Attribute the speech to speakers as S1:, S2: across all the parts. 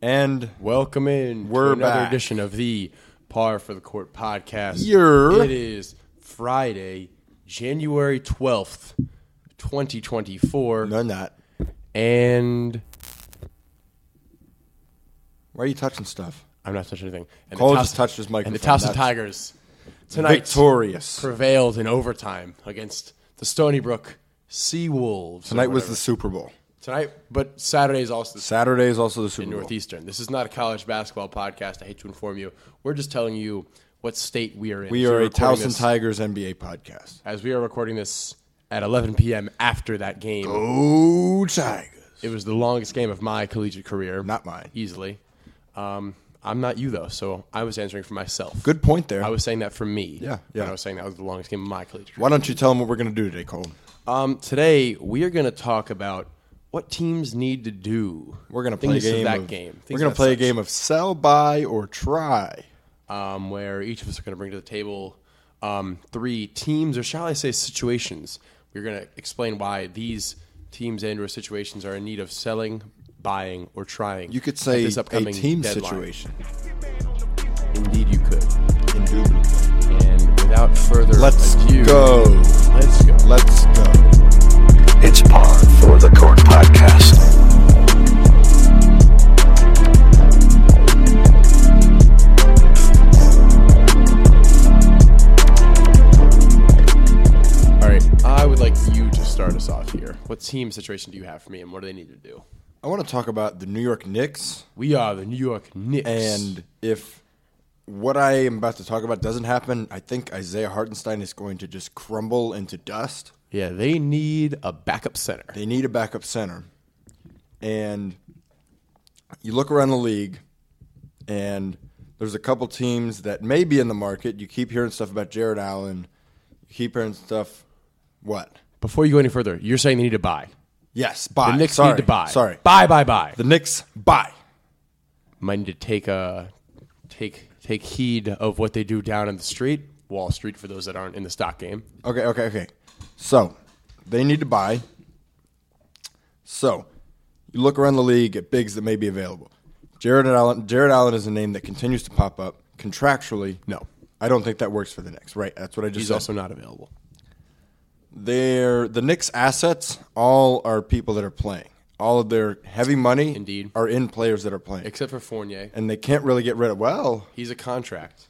S1: And
S2: Welcome in.
S1: We're
S2: to another
S1: back.
S2: edition of the Par for the Court podcast.
S1: Yer.
S2: It is Friday, January twelfth, twenty twenty four,
S1: no, not.
S2: and
S1: Why are you touching stuff?
S2: I'm not touching anything. And
S1: Cole
S2: the
S1: just
S2: Towson-
S1: touched his microphone.
S2: And the Towson
S1: That's-
S2: Tigers tonight
S1: Victorious.
S2: prevailed in overtime against the Stony Brook Sea Wolves. or
S1: Tonight was the
S2: whatever.
S1: Super Bowl.
S2: tonight, but Saturday is also the
S1: Saturday is also the Super Bowl.
S2: Northeastern. This is not a college basketball podcast. I hate to inform you. We're just telling you what state we are in.
S1: We
S2: As
S1: are
S2: we're
S1: a
S2: recording
S1: Towson
S2: this-
S1: Tigers NBA podcast.
S2: As we are recording this at 11 p.m. after that game,
S1: Oh, Tigers.
S2: it was the longest game of my collegiate career.
S1: Not mine.
S2: Easily. Um, I'm not you, though, so I was answering for myself.
S1: Good point there.
S2: I was saying that for me.
S1: Yeah,
S2: when
S1: yeah.
S2: I was saying that was the longest game of my collegiate career.
S1: Why don't you tell them what we're going to do today, Cole?
S2: Um, today, we are going to talk about what teams need to do.
S1: We're going to play a
S2: Things of
S1: game.
S2: that
S1: of-
S2: game.
S1: We're
S2: Things
S1: going
S2: of
S1: to play a
S2: such.
S1: game of sell, buy, or try.
S2: um, where each of us are going to bring to the table um, three teams, or shall I say, situations. We're going to explain why these teams and/or situations are in need of selling, buying, or trying.
S1: You could
S2: at
S1: say
S2: this
S1: a
S2: upcoming
S1: team
S2: deadline.
S1: situation.
S2: Indeed, you could.
S1: Indubitably.
S2: And without further
S1: Let's
S2: ado,
S1: go.
S2: Let's go.
S1: Let's go.
S3: It's Par for the Court podcast.
S2: All right. I would like you to start us off here. What team situation do you have for me, and what do they need to do?
S1: I want to talk about the New York Knicks
S2: We are the New York Knicks.
S1: And if what I am about to talk about doesn't happen, I think Isaiah Hartenstein is going to just crumble into dust.
S2: yeah, they need a backup center.
S1: They need a backup center. And you look around the league, and there's a couple teams that may be in the market. You keep hearing stuff about Jared Allen. You keep hearing stuff. What?
S2: Before you go any further, you're saying they need to buy.
S1: Yes, buy.
S2: The Knicks
S1: Sorry.
S2: need to buy.
S1: Sorry.
S2: Buy, buy, buy.
S1: The Knicks buy.
S2: Might need to take a take take heed of what they do down in the street, Wall Street, for those that aren't in the stock game.
S1: Okay, okay, okay. So they need to buy. So you look around the league at bigs that may be available. Jared Allen. Jared Allen is a name that continues to pop up contractually.
S2: No.
S1: I don't think that works for the Knicks. Right? That's what I just
S2: He's
S1: said.
S2: also not available.
S1: They're, the Knicks' assets all are people that are playing. All of their heavy money
S2: Indeed.
S1: are in players that are playing,
S2: Except for Fournier.
S1: and they can't really get rid of. Well,
S2: He's a contract.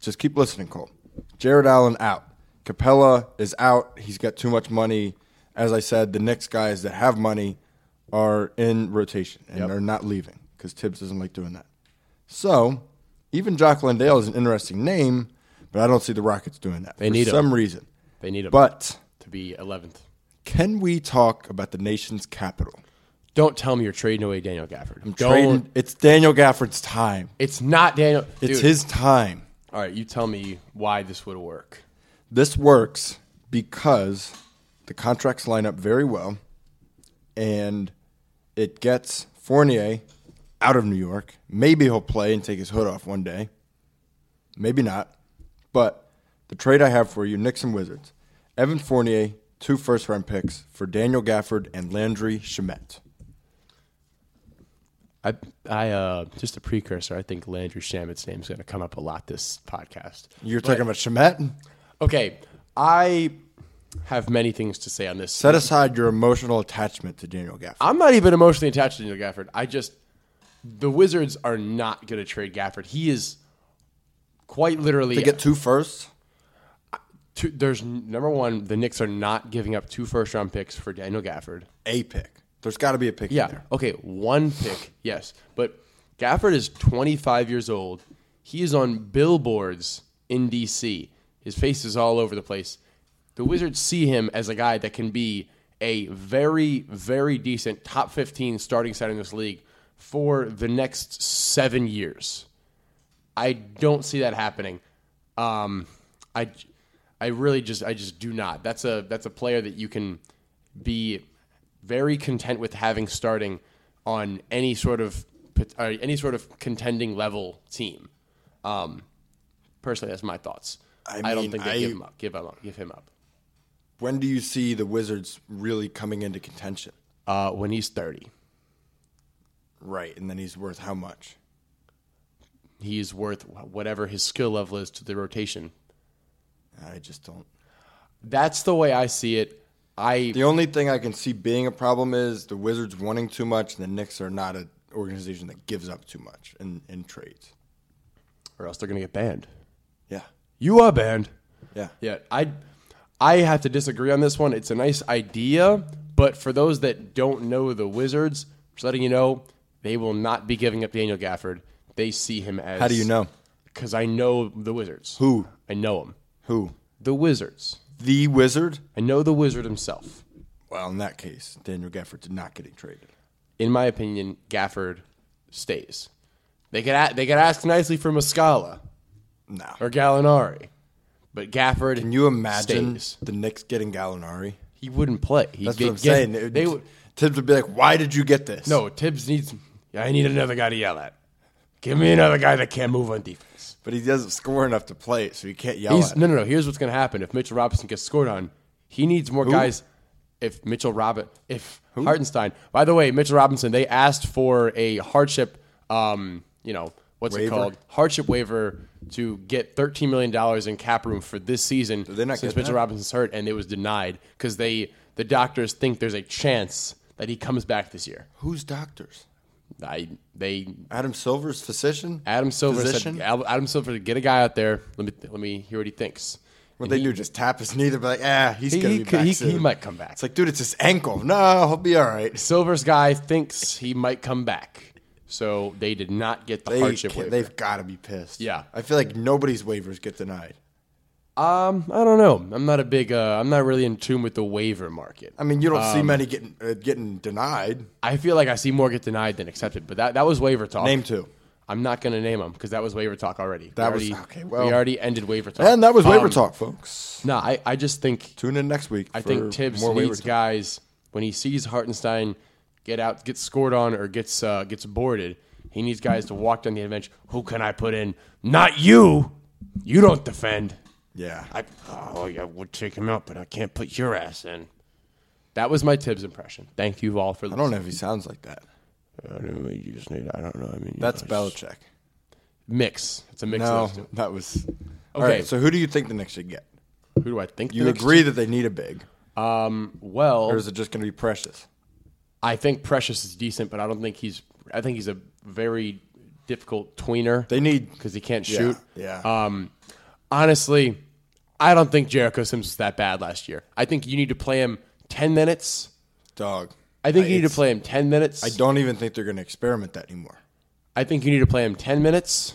S1: just keep listening, Cole. Jared Allen out. Capella is out. He's got too much money. As I said, the Knicks guys that have money are in rotation and
S2: Yep.
S1: they're not leaving because Tibbs doesn't like doing that. So even Jock Landale is an interesting name, but I don't see the Rockets doing that
S2: They
S1: for
S2: need him.
S1: some reason.
S2: They need him
S1: But
S2: to be eleventh.
S1: can we talk about the nation's capital?
S2: Don't tell me you're trading away Daniel Gafford. I'm
S1: Trading, it's Daniel Gafford's time.
S2: it's not Daniel.
S1: It's
S2: Dude.
S1: his time.
S2: All right, you tell me why this would work.
S1: this works because the contracts line up very well and it gets Fournier out of New York. Maybe he'll play and take his hood off one day. Maybe not. But the trade I have for you, Knicks and Wizards. Evan Fournier, two first round picks for Daniel Gafford and Landry Shamet.
S2: I, I, uh, just a precursor. I think Landry Shamit's name is going to come up a lot this podcast.
S1: You're talking about Shamet?
S2: Okay, I have many things to say on this.
S1: Set aside your emotional attachment to Daniel Gafford.
S2: I'm not even emotionally attached to Daniel Gafford. I just the Wizards are not going to trade Gafford. He is quite literally
S1: to get two firsts?
S2: two, there's number one. The Knicks are not giving up two first round picks for Daniel Gafford.
S1: A pick. There's got to be a pick in
S2: Yeah.
S1: there.
S2: Okay. One pick. Yes. But Gafford is 25 years old. He is on billboards in D.C. His face is all over the place. The Wizards see him as a guy that can be a very, very decent top 15 starting center in this league for the next seven years. I don't see that happening. Um, I, I really just, I just do not. That's a, that's a player that you can be very content with having starting on any sort of, pot- uh, any sort of contending level team. Um, personally, that's my thoughts. I,
S1: I
S2: don't
S1: mean,
S2: think they
S1: I-
S2: give him up. Give him up. Give him up.
S1: when do you see the Wizards really coming into contention?
S2: Uh, when he's thirty,
S1: Right, and then he's worth how much?
S2: He is worth wh- whatever his skill level is to the rotation.
S1: I just don't.
S2: That's the way I see it. I
S1: The only thing I can see being a problem is the Wizards wanting too much, and the Knicks are not an organization that gives up too much in, in trades.
S2: or else they're gonna get banned.
S1: Yeah,
S2: You are banned.
S1: yeah,
S2: Yeah, I I have to disagree on this one. It's a nice idea, but for those that don't know the Wizards, just letting you know, they will not be giving up Daniel Gafford. They see him as
S1: How do you know?
S2: Because I know the Wizards.
S1: Who?
S2: I know him.
S1: Who?
S2: The Wizards.
S1: The Wizard?
S2: I know the Wizard himself.
S1: Well, in that case, Daniel Gafford did not getting traded.
S2: In my opinion, Gafford stays. They could a- they could ask nicely for Muscala
S1: No.
S2: or Gallinari, but Gafford.
S1: Can you imagine
S2: stays.
S1: the Knicks getting Gallinari?
S2: he wouldn't play? He,
S1: That's
S2: they
S1: what I'm
S2: get-
S1: saying. It,
S2: they would.
S1: Tibbs would be like, "Why did you get this?"
S2: No, Tibbs needs. I need another guy to yell at. Give me another guy that can't move on defense.
S1: but he doesn't score enough to play it, so you can't yell
S2: He's,
S1: at. Him.
S2: no, no, no. Here's what's going to happen if Mitchell Robinson gets scored on. He needs more guys. If Mitchell Robin, if Hartenstein. By the way, Mitchell Robinson. They asked for a hardship. Um, you know what's it
S1: Waiver?
S2: called? Hardship waiver to get thirteen million dollars in cap room for this season.
S1: they not
S2: since
S1: get
S2: Mitchell
S1: that?
S2: Robinson's hurt, and it was denied because they the doctors think there's a chance that he comes back this year.
S1: Who's doctors?
S2: I they
S1: Adam Silver's physician.
S2: Adam Silver
S1: Physician?
S2: said, Al- "Adam Silver, to get a guy out there. Let me let me hear what he thinks."
S1: What they do? Just tap his knee. They're like, "Ah, he's
S2: He,
S1: gonna
S2: he
S1: be
S2: could-
S1: back
S2: he-
S1: soon."
S2: he might come back.
S1: It's like, dude, it's his ankle. No, he'll be all right.
S2: Silver's guy thinks he might come back, so they did not get the
S1: They
S2: hardship
S1: can't-
S2: waiver.
S1: they've got to be pissed.
S2: Yeah.
S1: I feel like nobody's waivers get denied.
S2: um, I don't know. I'm not a big. Uh, I'm not really in tune with the waiver market.
S1: I mean, you don't
S2: Um,
S1: see many getting uh, getting denied.
S2: I feel like I see more get denied than accepted. But that that was waiver talk.
S1: Name two.
S2: I'm not going to name them because that was waiver talk already.
S1: That
S2: we
S1: was-
S2: already,
S1: okay, well-
S2: we already ended waiver talk,
S1: And that was waiver
S2: Um,
S1: talk, folks.
S2: No, I, I just think
S1: Tune in next week.
S2: I think Tibbs needs
S1: talk.
S2: guys when he sees Hartenstein get out, gets scored on, or gets uh, gets boarded. He needs guys to walk down the end bench. Who can I put in? Not you. You don't defend.
S1: Yeah,
S2: I oh yeah, would take him out, but I can't put your ass in. That was my Tibbs impression. Thank you all for.
S1: I don't know if he sounds like that.
S2: You just need. I don't know. I mean, you
S1: That's
S2: know,
S1: Belichick.
S2: mix. It's a mix.
S1: No,
S2: Of those two.
S1: that was all right. So who do you think the Knicks should get?
S2: Who do I think? the
S1: You
S2: Knicks-
S1: agree that they need a big,
S2: Um. Well,
S1: or is it just going to be Precious?
S2: I think Precious is decent, but I don't think he's. I think he's a very difficult tweener.
S1: They need Uh,
S2: because he can't
S1: Yeah,
S2: shoot.
S1: yeah.
S2: Um, honestly, I don't think Jericho Sims was that bad last year. I think you need to play him ten minutes.
S1: dog.
S2: I think you need to
S1: it's-
S2: play him ten minutes.
S1: I don't even think they're going to experiment that anymore.
S2: I think you need to play him ten minutes,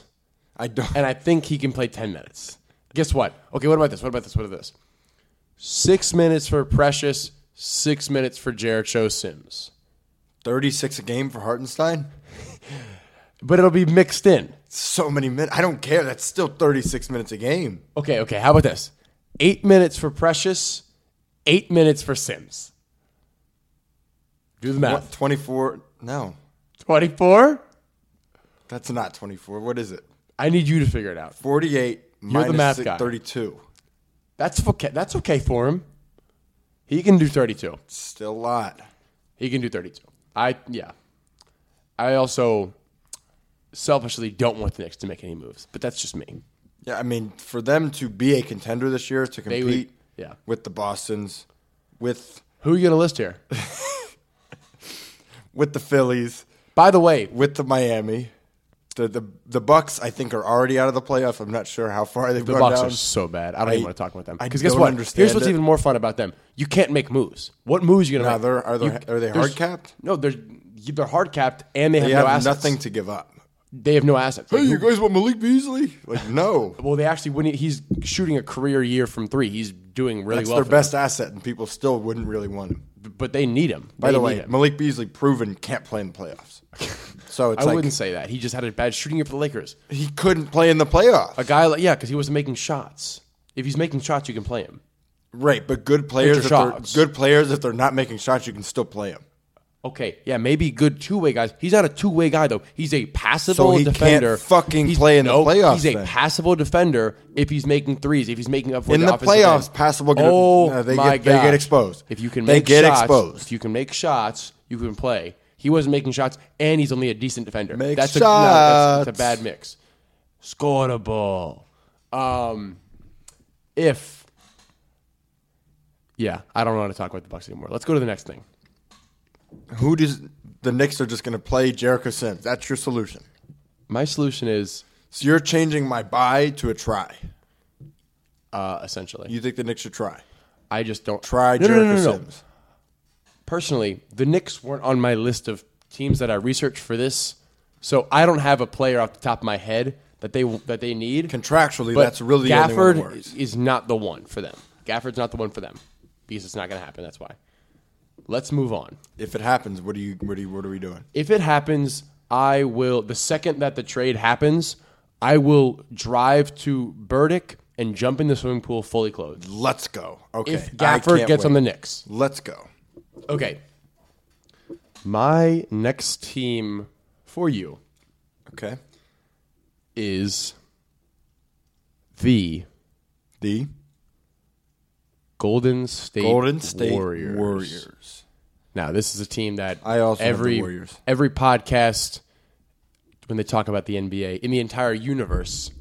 S1: I don't.
S2: and I think he can play ten minutes. Guess what? Okay, what about this? What about this? What about this? Six minutes for Precious. Six minutes for Jericho Sims.
S1: Thirty-six a game for Hartenstein.
S2: But it'll be mixed in.
S1: So many minutes. I don't care. That's still thirty-six minutes a game.
S2: Okay, okay. How about this? Eight minutes for Precious, eight minutes for Sims. Do the
S1: What?
S2: math.
S1: Twenty-four? No,
S2: 24?
S1: that's not twenty-four. What is it?
S2: I need you to figure it out.
S1: Forty-eight
S2: You're the
S1: minus
S2: math
S1: six-
S2: guy.
S1: thirty-two.
S2: That's okay. That's okay for him. He can do 32.
S1: Still a lot.
S2: He can do 32. I yeah. I also selfishly don't want the Knicks to make any moves, but that's just me.
S1: Yeah, I mean, for them to be a contender this year to
S2: They
S1: compete
S2: would, yeah.
S1: with the Boston's, with
S2: Who are you going to list here?
S1: with the Phillies,
S2: By the way,
S1: with the Miami. The the the Bucks I think are already out of the playoff. I'm not sure how far they've
S2: The
S1: gone
S2: Bucks
S1: down.
S2: are so bad. I don't even
S1: I-
S2: want to talk about them.
S1: I
S2: Because guess
S1: don't
S2: what?
S1: understand
S2: Here's what's
S1: it.
S2: even more fun about them. You can't make moves. What moves are you gonna
S1: Nah,
S2: make?
S1: they're- are they-
S2: You-
S1: are they
S2: there's-
S1: hard capped?
S2: No, they're you- they're hard capped and they have
S1: they
S2: no
S1: have
S2: assets.
S1: nothing to give up.
S2: They have no assets. Like,
S1: Hey, you
S2: who-
S1: guys want Malik Beasley? Like no,
S2: well, they actually when he, he's shooting a career year from three, he's doing really
S1: that's
S2: well.
S1: their
S2: for
S1: best asset, and people still wouldn't really want him.
S2: them. but they need him.
S1: By
S2: They
S1: the
S2: need
S1: way,
S2: him.
S1: Malik Beasley proven can't play in the playoffs. So it's
S2: I
S1: like
S2: wouldn't say that. He just had a bad shooting year for the Lakers.
S1: he couldn't play in the playoffs.
S2: A guy like yeah, because he wasn't making shots. If he's making shots, you can play him.
S1: Right, but good players, if
S2: Hit your
S1: they're,
S2: shots.
S1: good players, if they're not making shots, you can still play them.
S2: Okay, yeah, maybe good two way guys. He's not a two way guy though. He's a passable
S1: So he can't
S2: defender.
S1: fucking play in the playoffs,
S2: He's a
S1: then.
S2: passable defender if he's making threes, if he's making up for
S1: In
S2: the
S1: the
S2: offensive
S1: playoffs,
S2: end.
S1: passable get-
S2: oh
S1: no, they
S2: my
S1: get- they get
S2: gosh.
S1: exposed.
S2: If you can,
S1: They
S2: make
S1: get
S2: shots,
S1: exposed.
S2: If you can make shots, you can play. He wasn't making shots, and he's only a decent defender.
S1: Make
S2: that's A, no, that's, that's
S1: shots.
S2: a bad mix. Score a ball. Um, if yeah, I don't want to talk about the Bucks anymore. Let's go to the next thing.
S1: Who does the Knicks are just going to play Jericho Sims? That's your solution.
S2: My solution is
S1: So you're changing my buy to a try.
S2: uh, essentially,
S1: You think the Knicks should try?
S2: I just don't
S1: Try
S2: No, no,
S1: Jericho
S2: no, no, no.
S1: Sims.
S2: personally, the Knicks weren't on my list of teams that I researched for this, so I don't have a player off the top of my head that they that they need.
S1: Contractually,
S2: But
S1: that's really the only one
S2: Gafford
S1: that works.
S2: is not the one for them. Gafford's not the one for them because it's not going to happen. That's why. Let's move on.
S1: If it happens, what do you what, do you, what are we doing?
S2: If it happens, I will. The second that the trade happens, I will drive to Burdick and jump in the swimming pool fully clothed.
S1: Let's go. Okay.
S2: If
S1: I
S2: Gafford
S1: can't
S2: gets on the
S1: wait.
S2: Knicks,
S1: Let's go.
S2: okay. My next team for you
S1: Okay.
S2: is the
S1: The
S2: Golden State
S1: Golden State
S2: Warriors.
S1: Warriors.
S2: Now, this is a team that
S1: I also have the
S2: every
S1: Warriors.
S2: every podcast when they talk about the NBA in the entire universe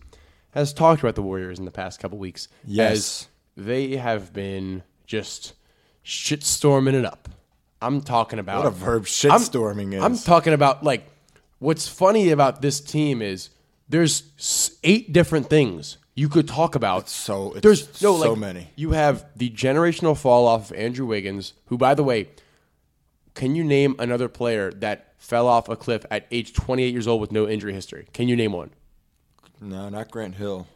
S2: has talked about the Warriors in the past couple weeks.
S1: Yes.
S2: as they have been just shit storming it up. I'm talking about
S1: What a verb shitstorming is.
S2: I'm talking about like what's funny about this team is there's s- eight different things you could talk about.
S1: so- it's
S2: there's no
S1: so
S2: like,
S1: many.
S2: You have the generational fall off of Andrew Wiggins, who by the way, can you name another player that fell off a cliff at age 28 years old with no injury history? Can you name one?
S1: No, not Grant Hill.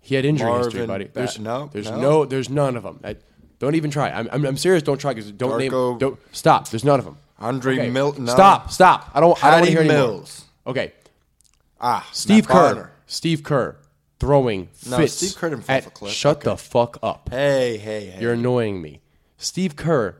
S2: He had injury history,
S1: Marvin
S2: buddy.
S1: Bass- no,
S2: there's
S1: no.
S2: there's none of them. I, don't even try. I'm, I'm, I'm serious. Don't try. 'cause Don't name.
S1: Darko-
S2: Don't stop. There's none of them.
S1: Andre
S2: Okay.
S1: Milton. no.
S2: Stop. Stop. I don't. I don't want
S1: Patty
S2: to hear anymore.
S1: Mills.
S2: Okay.
S1: Ah,
S2: Steve
S1: Matt
S2: Kerr.
S1: Bonner.
S2: Steve Kerr throwing
S1: No,
S2: fits.
S1: Steve Kerr didn't fall
S2: at,
S1: off a cliff.
S2: Shut the fuck up.
S1: Hey, hey, hey.
S2: You're annoying me. Steve Kerr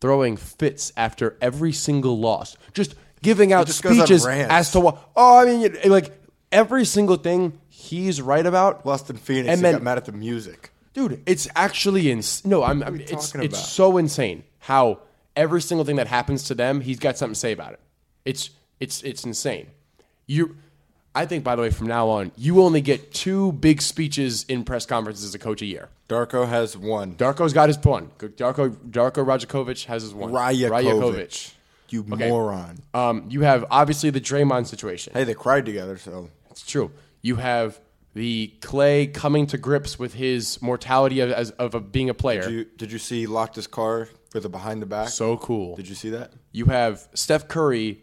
S2: throwing fits after every single loss, just giving out
S1: just goes on
S2: speeches
S1: rants.
S2: as to what. Oh, I mean, it- like every single thing he's right about.
S1: Lost in Phoenix.
S2: And
S1: he
S2: then-
S1: got mad at the music.
S2: Dude, it's actually ins- no. I'm. I'm it's,
S1: talking
S2: it's
S1: about?
S2: so insane how every single thing that happens to them, he's got something to say about it. It's it's it's insane. You, I think by the way, from now on, you only get two big speeches in press conferences as a coach a year.
S1: Darko has one.
S2: Darko's got his one. Darko Darko Rajakovic has his one.
S1: Rajakovic.
S2: Rajakovic.
S1: You
S2: Okay.
S1: moron.
S2: Um, you have obviously the Draymond situation.
S1: Hey, they cried together, so
S2: It's true. You have the Clay coming to grips with his mortality of, as, of a, being a player.
S1: Did you, did you see locked his car with a behind the back?
S2: so cool.
S1: did you see that?
S2: You have Steph Curry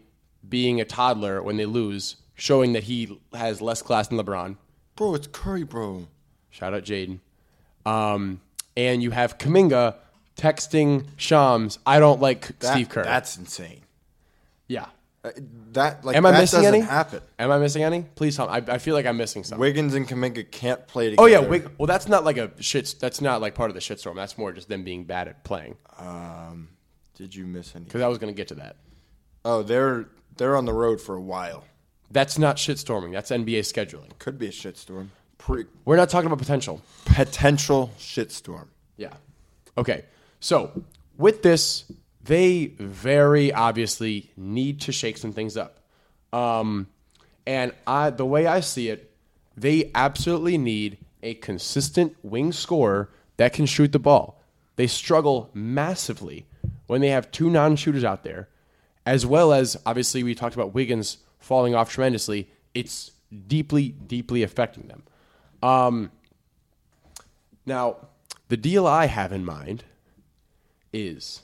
S2: being a toddler when they lose, showing that he has less class than LeBron.
S1: Bro, it's Curry, bro.
S2: Shout out Jaden. Um, and you have Kaminga texting Shams, I don't like
S1: That-
S2: Steve Kerr.
S1: That's insane.
S2: yeah.
S1: Uh, That like
S2: Am I
S1: that
S2: missing
S1: doesn't
S2: any?
S1: happen.
S2: Am I missing any? Please tell me. I, I feel like I'm missing something.
S1: Wiggins and Kaminga can't play together.
S2: Oh yeah, wait, well that's not like a shit. That's not like part of the shitstorm. That's more just them being bad at playing.
S1: Did you miss any?
S2: Because I was gonna get to that.
S1: Oh, they're they're on the road for a while.
S2: That's not shitstorming. That's NBA scheduling.
S1: Could be a shitstorm. Pre-
S2: We're not talking about potential.
S1: potential shitstorm.
S2: Yeah. Okay. So with this, they very obviously need to shake some things up. Um, and I, the way I see it, they absolutely need a consistent wing scorer that can shoot the ball. They struggle massively when they have two non-shooters out there, as well as obviously we talked about Wiggins falling off tremendously. It's deeply, deeply affecting them. Now, the deal I have in mind is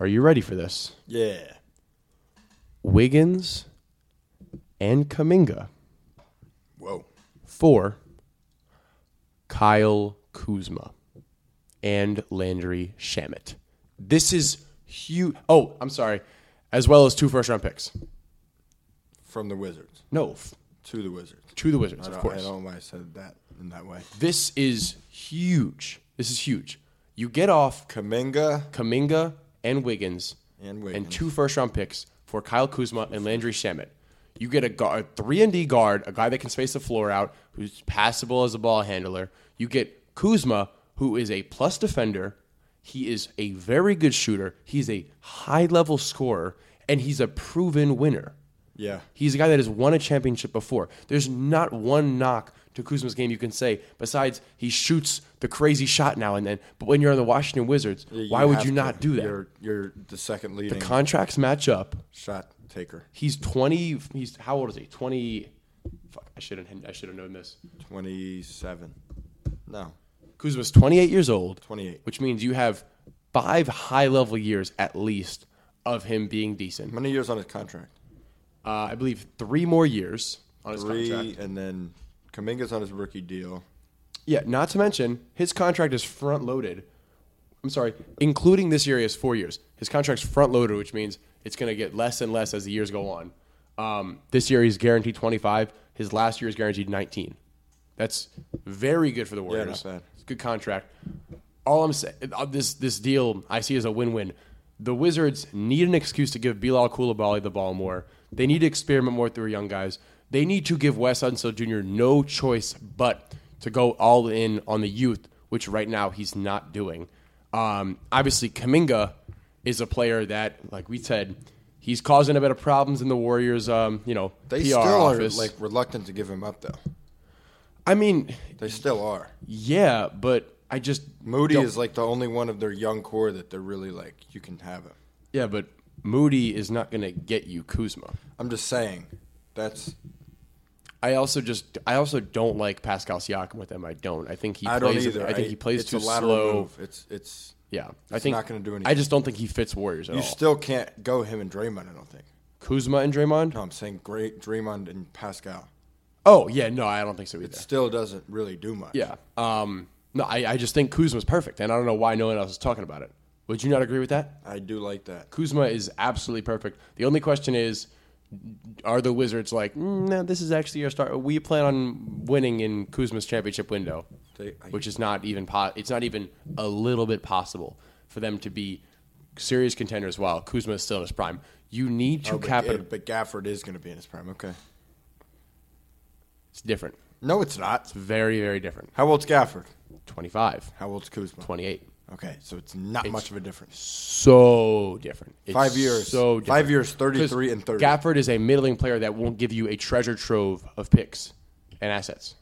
S2: are you ready for this?
S1: Yeah.
S2: Wiggins and Kaminga
S1: Whoa.
S2: for Kyle Kuzma and Landry Shamit. This is huge. Oh, I'm sorry. As well as two first round picks.
S1: From the Wizards
S2: No, f-
S1: to the Wizards.
S2: to the Wizards,
S1: I
S2: of
S1: don't, I
S2: course.
S1: don't know why I said that in that way.
S2: This is huge. This is huge. You get off
S1: Kaminga.
S2: Kaminga and Wiggins,
S1: And Wiggins.
S2: two first round picks for Kyle Kuzma and Landry Shamet. You get a guard, a three and D guard, a guy that can space the floor out, who's passable as a ball handler. You get Kuzma, who is a plus defender. He is a very good shooter. He's a high level scorer, and he's a proven winner.
S1: Yeah.
S2: He's a guy that has won a championship before. There's not one knock to Kuzma's game you can say besides he shoots the crazy shot now and then. But when you're on the Washington Wizards, why would
S1: have
S2: you
S1: to-
S2: not do that?
S1: You're, you're the second leading
S2: Contracts match up.
S1: shot taker.
S2: He's 20. He's how old is he? 20. Fuck, I should have. I should have known this.
S1: 27. No.
S2: Kuzma's 28 years old.
S1: 28.
S2: which means you have five high level years at least of him being decent.
S1: How many years on his contract?
S2: Uh, I believe three more years on his
S1: Three,
S2: contract.
S1: and then Kaminga's on his rookie deal.
S2: Yeah, not to mention his contract is front loaded. I'm sorry, including this year, he has four years. His contract's front loaded, which means it's going to get less and less as the years go on. Um, this year, he's guaranteed 25. His last year is guaranteed 19. That's very good for the Warriors.
S1: not bad.
S2: It's a good contract. All I'm saying, this this deal I see as a win win. The Wizards need an excuse to give Bilal Koulibaly the ball more. They need to experiment more with their young guys. They need to give Wes Unseld Jr. no choice but to go all in on the youth, which right now he's not doing. Um, obviously, Kaminga is a player that, like we said, he's causing a bit of problems in the Warriors. Um, you know,
S1: They
S2: PR
S1: still
S2: office.
S1: are like reluctant to give him up though.
S2: I mean,
S1: They still are.
S2: yeah, but I just
S1: Moody
S2: don't-
S1: is like the only one of their young core that they're really like you can have him.
S2: Yeah, but Moody is not going to get you Kuzma.
S1: I'm just saying. That's
S2: I also just I also don't like Pascal Siakam with them. I don't. I think he
S1: I don't
S2: plays
S1: either.
S2: I think he plays
S1: it's
S2: too
S1: a lateral
S2: slow.
S1: move. It's it's
S2: Yeah, I
S1: It's
S2: think
S1: not gonna do
S2: I
S1: anything.
S2: just don't think he fits Warriors at
S1: you
S2: all.
S1: still can't go him and Draymond. I don't think.
S2: Kuzma and Draymond.
S1: No, I'm saying great Draymond and Pascal.
S2: Oh yeah, no, I don't think so either.
S1: It still doesn't really do much.
S2: yeah, um, no, I, I just think Kuzma's perfect, and I don't know why no one else is talking about it. Would you not agree with that?
S1: I do like that.
S2: Kuzma is absolutely perfect. The only question is, are the Wizards like, mm, no, this is actually our start. We plan on winning in Kuzma's championship window,
S1: They- I-
S2: which is not even po- it's not even a little bit possible for them to be serious contenders while Kuzma is still in his prime. You need to
S1: Oh, but,
S2: cap it.
S1: it- but Gafford is going to be in his prime. Okay.
S2: It's different.
S1: No, it's not.
S2: Very, very different.
S1: How old's Gafford?
S2: 25,
S1: How old's Kuzma?
S2: 28.
S1: Okay, so it's not much of a difference.
S2: so different. It's
S1: Five years.
S2: So different.
S1: Five years, 33 and 30.
S2: Gafford is a middling player that won't give you a treasure trove of picks and assets.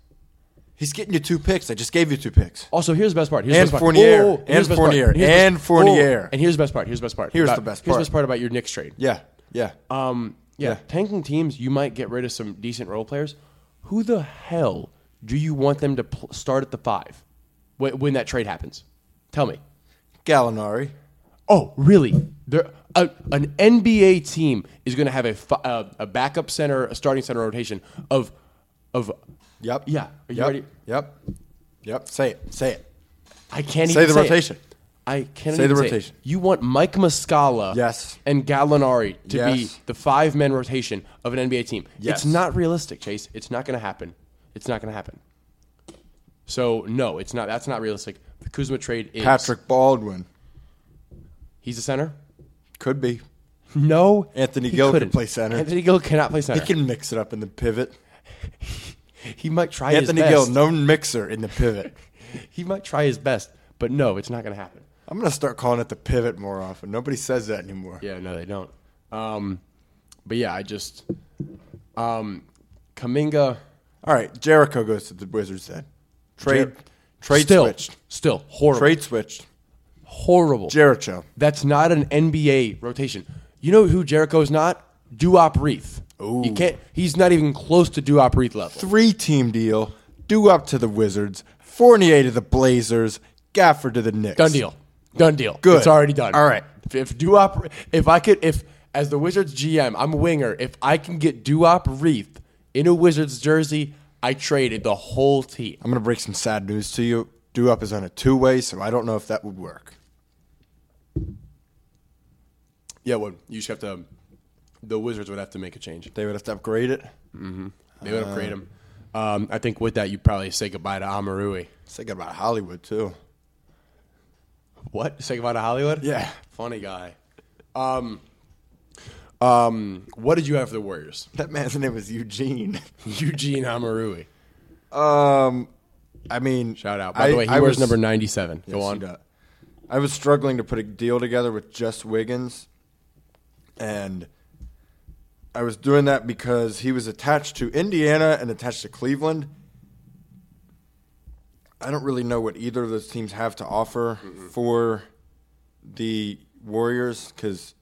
S1: He's getting you two picks. I just gave you two picks.
S2: Also, here's the best part. Here's
S1: And
S2: the best
S1: Fournier.
S2: Part. Whoa, whoa, whoa.
S1: And
S2: Here's the best
S1: Fournier.
S2: part. Here's the
S1: And
S2: best-
S1: Fournier.
S2: Whoa. And here's the best part. Here's the best part.
S1: Here's the
S2: About-
S1: best
S2: Here's the
S1: part.
S2: best part about your Knicks trade.
S1: Yeah, yeah.
S2: Um, yeah,
S1: Yeah.
S2: Tanking teams, you might get rid of some decent role players. Who the hell do you want them to pl- start at the five when, when that trade happens? Tell me.
S1: Gallinari.
S2: Oh, really? There, a, an NBA team is going to have a, fi- uh, a backup center, a starting center rotation of of.
S1: Yep.
S2: Yeah. Are you
S1: yep.
S2: ready?
S1: Yep. Yep. Say it. Say it.
S2: I can't
S1: Say
S2: even
S1: the
S2: say it.
S1: rotation.
S2: I can't
S1: Say
S2: even
S1: the
S2: it.
S1: rotation.
S2: You want Mike Muscala,
S1: Yes.
S2: and Gallinari to be
S1: Yes.
S2: the five man rotation of an NBA team.
S1: Yes.
S2: It's not realistic, Chase. It's not going to happen. It's not going to happen. So no, it's not. That's not realistic. The Kuzma trade is
S1: Patrick Baldwin.
S2: He's a center.
S1: Could be.
S2: No,
S1: Anthony
S2: he
S1: Gill can
S2: couldn't.
S1: play center.
S2: Anthony Gill cannot play
S1: He
S2: center. He,
S1: can mix it up in the pivot.
S2: might try
S1: Anthony
S2: his
S1: Gill,
S2: best.
S1: no mixer in the pivot.
S2: He might try his best, but no, it's not going to happen.
S1: I'm going to start calling it the pivot more often. Nobody says that anymore.
S2: Yeah, no, they don't. Um, but yeah, I just um, Kaminga
S1: All right, Jericho goes to the Wizards then. Trade,
S2: Jer-
S1: trade
S2: still,
S1: switched.
S2: Still horrible.
S1: Trade switched.
S2: horrible.
S1: Jericho.
S2: That's not an NBA rotation. You know who Jericho's not? Duop Reith.
S1: Ooh.
S2: You can't. He's not even close to Duop Reith level.
S1: Three team deal. Due up to the Wizards. Fournier to the Blazers. Gafford to the Knicks.
S2: Done deal. Done deal.
S1: Good.
S2: It's already done.
S1: All right.
S2: If, if Duop, if I could, if as the Wizards GM, I'm a winger. If I can get Duop Reith in a Wizards jersey, I traded the whole team.
S1: I'm going to break some sad news to you. Due up is on a two way, so I don't know if that would work.
S2: Yeah, well, you just have to. um, The Wizards would have to make a change.
S1: They would have to upgrade it.
S2: They would upgrade him. Um, I think with that, you probably say goodbye to Amarui.
S1: Let's think about Hollywood, too.
S2: What? Say goodbye to Hollywood?
S1: Yeah.
S2: Funny guy. Um, um, what did you have for the Warriors?
S1: That man's name was Eugene.
S2: Eugene Amarui.
S1: Um, I mean,
S2: Shout out. By the
S1: I-
S2: way, he
S1: I
S2: wears
S1: was-
S2: number 97. Go
S1: Yes,
S2: on.
S1: he does. I was struggling to put a deal together with just Wiggins, and I was doing that because he was attached to Indiana and attached to Cleveland. I don't really know what either of those teams have to offer for the Warriors because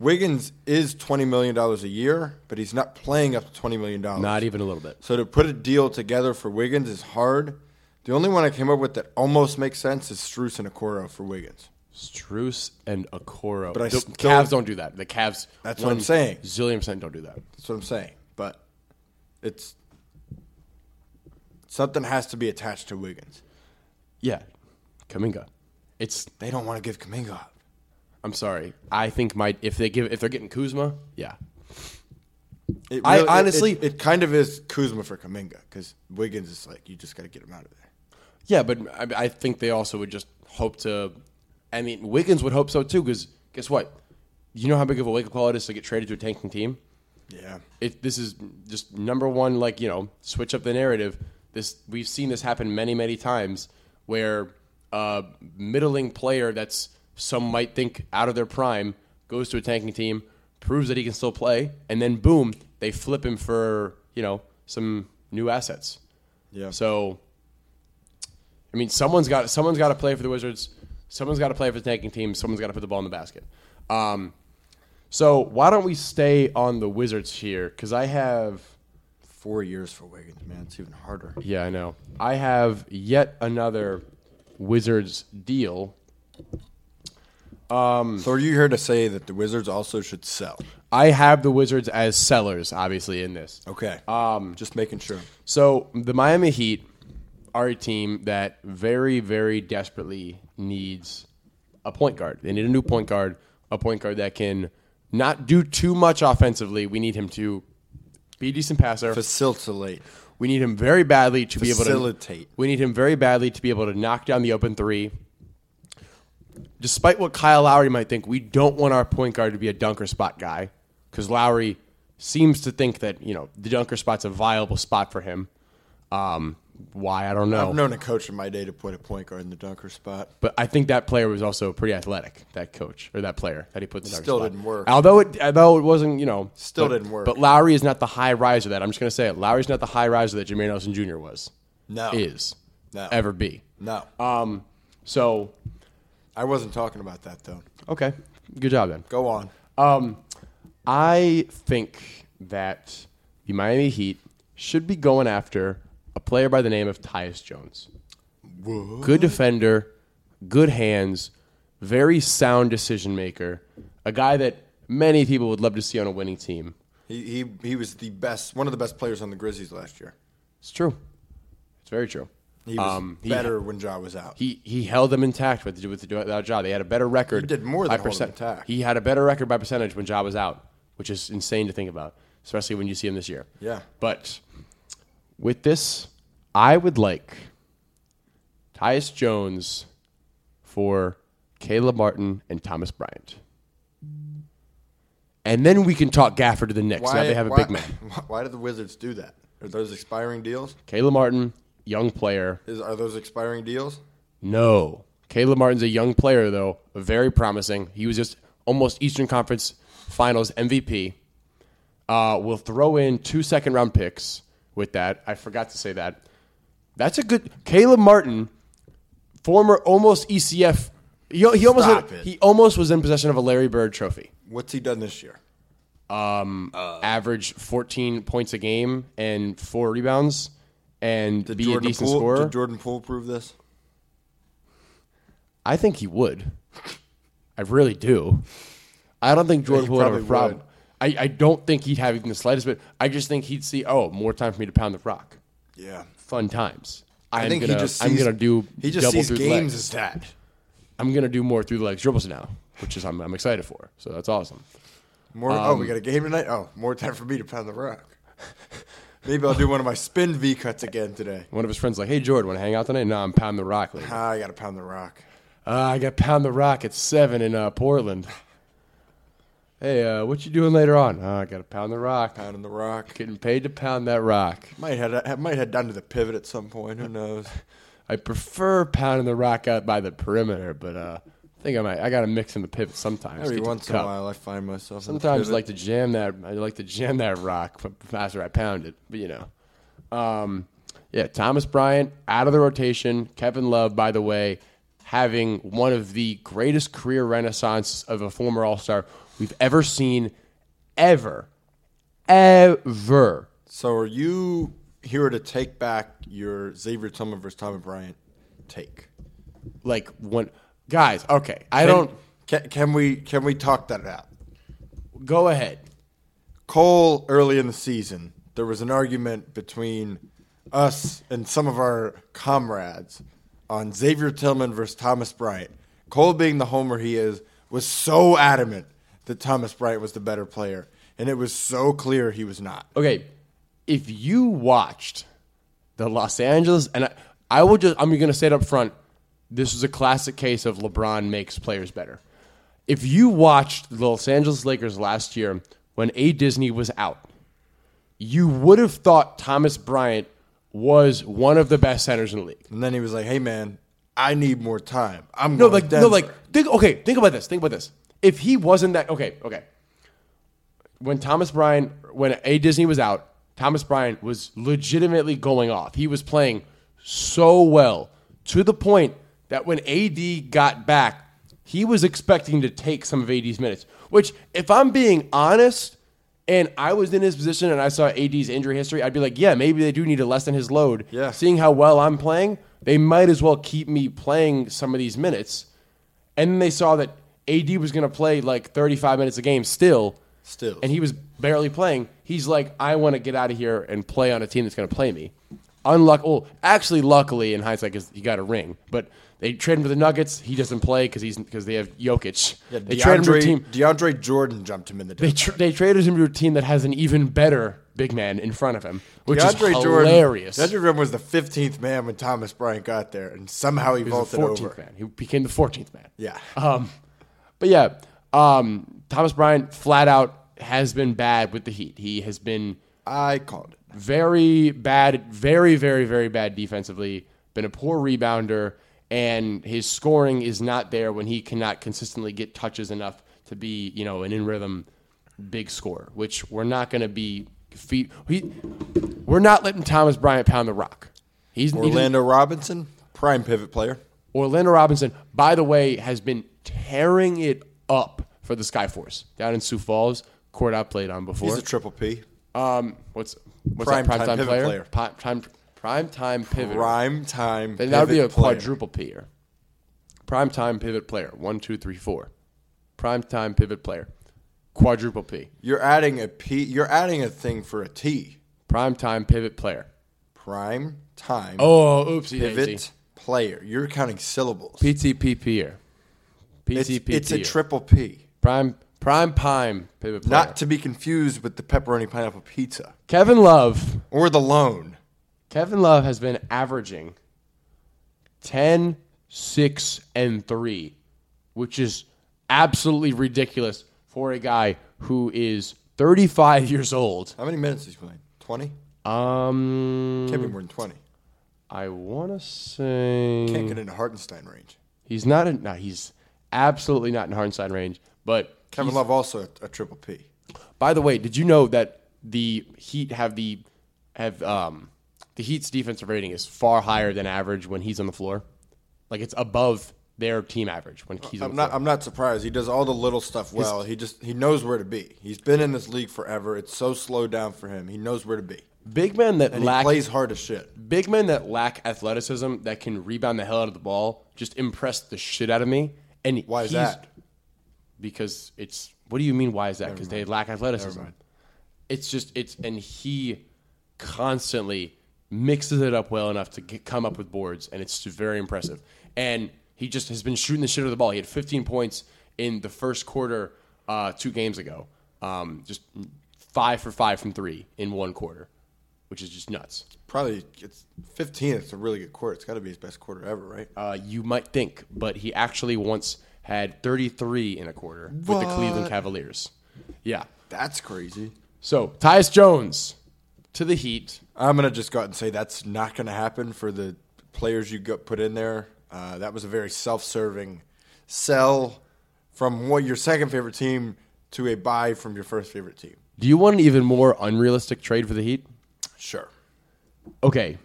S1: Wiggins is twenty million dollars a year, but he's not playing up to twenty million dollars.
S2: Not even a little bit.
S1: So to put a deal together for Wiggins is hard. The only one I came up with that almost makes sense is Struce and Okoro for Wiggins.
S2: Struce and Okoro.
S1: But I
S2: the
S1: still-
S2: Cavs don't do that. The Cavs.
S1: That's what I'm saying.
S2: Zillion percent don't do that.
S1: That's what I'm saying. But it's something has to be attached to Wiggins.
S2: Yeah, Kaminga. It's.
S1: They don't want to give Kaminga up.
S2: I'm sorry. I think my if they give if they're getting Kuzma, yeah,
S1: It
S2: I
S1: really- it-
S2: honestly-
S1: it, it kind of is Kuzma for Kaminga because Wiggins is like you just got to get him out of there.
S2: yeah. But I, I think they also would just hope to. I mean, Wiggins would hope so too. Because guess what? You know how big of a wake up call it is to get traded to a tanking team.
S1: Yeah,
S2: It, this is just number one. Like you know, switch up the narrative. This we've seen this happen many many times where a middling player that's some might think out of their prime goes to a tanking team, proves that he can still play, and then boom, they flip him for you know some new assets.
S1: yeah.
S2: So, I mean, someone's got someone's got to play for the Wizards. Someone's got to play for the tanking team. Someone's got to put the ball in the basket. Um, so why don't we stay on the Wizards here? Because I have,
S1: four years for Wiggins, man. It's even harder.
S2: yeah, I know, I have yet another Wizards deal.
S1: So are you here to say that the Wizards also should sell?
S2: I have the Wizards as sellers, obviously, in this.
S1: Okay. Um, just making sure.
S2: So the Miami Heat are a team that very, very desperately needs a point guard. They need a new point guard, a point guard that can not do too much offensively. We need him to be a decent passer.
S1: Facilitate.
S2: we need him very badly to be able to
S1: Facilitate.
S2: We need him very badly to be able to knock down the open three. Despite what Kyle Lowry might think, we don't want our point guard to be a dunker spot guy because Lowry seems to think that you know the dunker spot's a viable spot for him. Um, why I don't know,
S1: I've known a coach in my day to put a point guard in the dunker spot.
S2: but I think that player was also pretty athletic. That coach or that player that he put in the dunker
S1: Still
S2: spot.
S1: didn't work.
S2: Although it although it wasn't you know
S1: Still
S2: but-
S1: didn't work.
S2: But Lowry is not the high riser that I'm just gonna say it. Lowry's not the high riser that Jermaine Nelson Jr. was
S1: No.
S2: is
S1: No.
S2: ever be.
S1: No.
S2: Um, so
S1: I wasn't talking about that though.
S2: okay, good job then.
S1: Go on.
S2: Um, I think that the Miami Heat should be going after a player by the name of Tyus Jones. Good defender, good hands, very sound decision maker, a guy that many people would love to see on a winning team.
S1: He, he he was the best, one of the best players on the Grizzlies last year.
S2: It's true. It's very true.
S1: He was
S2: Um, he-
S1: better when Ja was out.
S2: He he held them intact with with without Ja. They had a better record.
S1: He did more than
S2: by
S1: hold them
S2: percent-
S1: intact.
S2: He had a better record by percentage when Ja was out, which is insane to think about, especially when you see him this year.
S1: Yeah.
S2: But with this, I would like Tyus Jones for Caleb Martin and Thomas Bryant. And then we can talk Gaffer to the Knicks. now they have a big man.
S1: Why, why do the Wizards do that? Are those expiring deals?
S2: Caleb Martin, young player.
S1: Is are those expiring deals?
S2: No. Caleb Martin's a young player, though, very promising. He was just almost Eastern Conference Finals MVP. Uh, we'll throw in two second round picks with that. I forgot to say that. That's a good Caleb Martin, former almost ECF. He, he almost
S1: Stop it.
S2: he almost was in possession of a Larry Bird trophy.
S1: What's he done this year? Uh.
S2: Averaged 14 points a game and four rebounds, and be a decent
S1: Poole,
S2: scorer.
S1: Did Jordan Poole prove this?
S2: I think he would. I really do. I don't think Jordan
S1: he
S2: Poole would have a
S1: probably
S2: problem.
S1: would.
S2: I, I don't think he'd have even the slightest bit. I just think he'd see, oh, more time for me to pound the rock.
S1: Yeah.
S2: Fun times.
S1: I
S2: I'm
S1: think
S2: gonna,
S1: he just
S2: I'm
S1: sees-
S2: gonna do
S1: he just
S2: double
S1: sees
S2: through the
S1: games
S2: legs.
S1: as that.
S2: I'm gonna do more through the legs dribbles now, which is I'm, I'm excited for. So that's awesome.
S1: More. oh,
S2: Um,
S1: we got a game tonight. Oh, more time for me to pound the rock. Maybe I'll do one of my spin V cuts again today.
S2: One of his friends like, hey Jordan, want to hang out tonight? No, I'm pounding the rock. Later.
S1: Ah, I got to pound the rock.
S2: Uh, I got pound the rock at seven in uh, Portland. Hey, uh, what you doing later on? Uh, I got to pound the rock.
S1: Pounding the rock.
S2: Getting paid to pound that rock.
S1: Might head might head down to the pivot at some point. Who knows?
S2: I prefer pounding the rock out by the perimeter, but uh, I think I might. I got to mix in the pivot sometimes.
S1: Every
S2: get to the
S1: once in a
S2: cup.
S1: while, I find myself. in the
S2: Sometimes I
S1: pivot.
S2: like to jam that. I like to jam that rock but the faster I pound it. But you know, um, yeah. Thomas Bryant out of the rotation. Kevin Love, by the way, having one of the greatest career renaissance of a former All Star we've ever seen, ever, ever.
S1: So are you here to take back your Xavier Tillman versus Tommy Bryant take?
S2: Like one, guys. Okay, I
S1: Can-
S2: don't.
S1: Can, can we can we talk that out?
S2: Go ahead.
S1: Cole early in the season, there was an argument between us and some of our comrades on Xavier Tillman versus Thomas Bryant. Cole, being the homer he is, was so adamant that Thomas Bryant was the better player, and it was so clear he was not.
S2: Okay, if you watched the Los Angeles, and I, I will just, I'm going to say it up front. This is a classic case of LeBron makes players better. If you watched the Los Angeles Lakers last year when A. Disney was out, you would have thought Thomas Bryant was one of the best centers in the league.
S1: And then he was like, "Hey man, I need more time. I'm
S2: No,
S1: going
S2: like no,
S1: Denver."
S2: like think. Okay, think about this. Think about this. If he wasn't that, okay, okay. When Thomas Bryan, when A Disney was out, Thomas Bryan was legitimately going off. He was playing so well to the point that when AD got back, he was expecting to take some of AD's minutes. Which, if I'm being honest, and I was in his position and I saw AD's injury history, I'd be like, yeah, maybe they do need to lessen his load.
S1: Yeah.
S2: Seeing how well I'm playing, they might as well keep me playing some of these minutes. And then they saw that AD was going to play like 35 minutes a game still.
S1: Still.
S2: And he was barely playing. He's like, I want to get out of here and play on a team that's going to play me. Unluck. Well, actually, luckily in hindsight, because he got a ring, but they trade him to the Nuggets. He doesn't play because he's because they have Jokic.
S1: Yeah,
S2: they trade him to a
S1: DeAndre,
S2: team.
S1: DeAndre Jordan jumped him in the
S2: They,
S1: dirt.
S2: tr they traded him to a team that has an even better big man in front of him, which is hilarious.
S1: Jordan, DeAndre Jordan was the 15th man when Thomas Bryant got there, and somehow he,
S2: He was the
S1: vaulted
S2: 14th
S1: over.
S2: man. He became the 14th man.
S1: Yeah.
S2: Um, but yeah, um, Thomas Bryant flat out has been bad with the Heat. He has been
S1: I called it.
S2: very bad, very, very, very bad defensively, been a poor rebounder, and his scoring is not there when he cannot consistently get touches enough to be, you know, an in rhythm big scorer, which we're not going to be feet. We, we're not letting Thomas Bryant pound the rock. He's he doesn't-
S1: Orlando Robinson, prime pivot player.
S2: Orlando Robinson, by the way, has been tearing it up for the Skyforce down in Sioux Falls. Court I played on before.
S1: He's a triple P.
S2: um, what's what's
S1: Prime
S2: that prime
S1: time
S2: time
S1: pivot
S2: player?
S1: player.
S2: Prime time prime time pivot.
S1: Prime time.
S2: Then that would be a
S1: pivot player.
S2: quadruple P-er. Prime time pivot player. One, two, three, four. Prime time pivot player. Quadruple P.
S1: You're adding a P. You're adding a thing for a T.
S2: Prime time pivot player.
S1: Prime time
S2: Oh, oopsie
S1: pivot
S2: daisy.
S1: player. You're counting syllables.
S2: PTP P-er.
S1: it's,
S2: PTP
S1: it's a
S2: P-er.
S1: triple P.
S2: Prime prime time pivot player.
S1: Not to be confused with the pepperoni pineapple pizza
S2: Kevin Love.
S1: or the loan.
S2: Kevin Love has been averaging 10, 6, and 3, which is absolutely ridiculous for a guy who is 35 years old.
S1: How many minutes is he playing? 20?
S2: Um,
S1: Can't be more than 20.
S2: I want to say.
S1: Can't get into Hartenstein range.
S2: He's not in. No, he's absolutely not in Hardenstein range. But
S1: Kevin Love also a, a triple P.
S2: by the way, did you know that the Heat have the have um the Heat's defensive rating is far higher than average when he's on the floor? Like it's above their team average when he's on
S1: I'm
S2: the
S1: not.
S2: floor.
S1: I'm not surprised. He does all the little stuff well. he just he knows where to be. He's been in this league forever. It's so slowed down for him. He knows where to be.
S2: Big men that
S1: And
S2: lack
S1: he plays hard as shit.
S2: big men that lack athleticism that can rebound the hell out of the ball just impress the shit out of me. And
S1: Why is
S2: he's-
S1: that?
S2: Because it's what do you mean? Why is that? Because they lack athleticism. It's just it's and he constantly mixes it up well enough to get, come up with boards, and it's just very impressive. And he just has been shooting the shit out of the ball. He had 15 points in the first quarter uh, two games ago. Um, just five for five from three in one quarter, which is just nuts.
S1: Probably it's 15. It's a really good quarter. It's got to be his best quarter ever, right?
S2: uh, you might think, but he actually once had 33 in a quarter with the Cleveland Cavaliers. Yeah.
S1: That's crazy.
S2: So Tyus Jones to the Heat.
S1: I'm gonna just go out and say that's not gonna happen for the players you got put in there. Uh, that was a very self-serving sell from what your second favorite team to a buy from your first favorite team.
S2: Do you want an even more unrealistic trade for the Heat?
S1: Sure.
S2: Okay,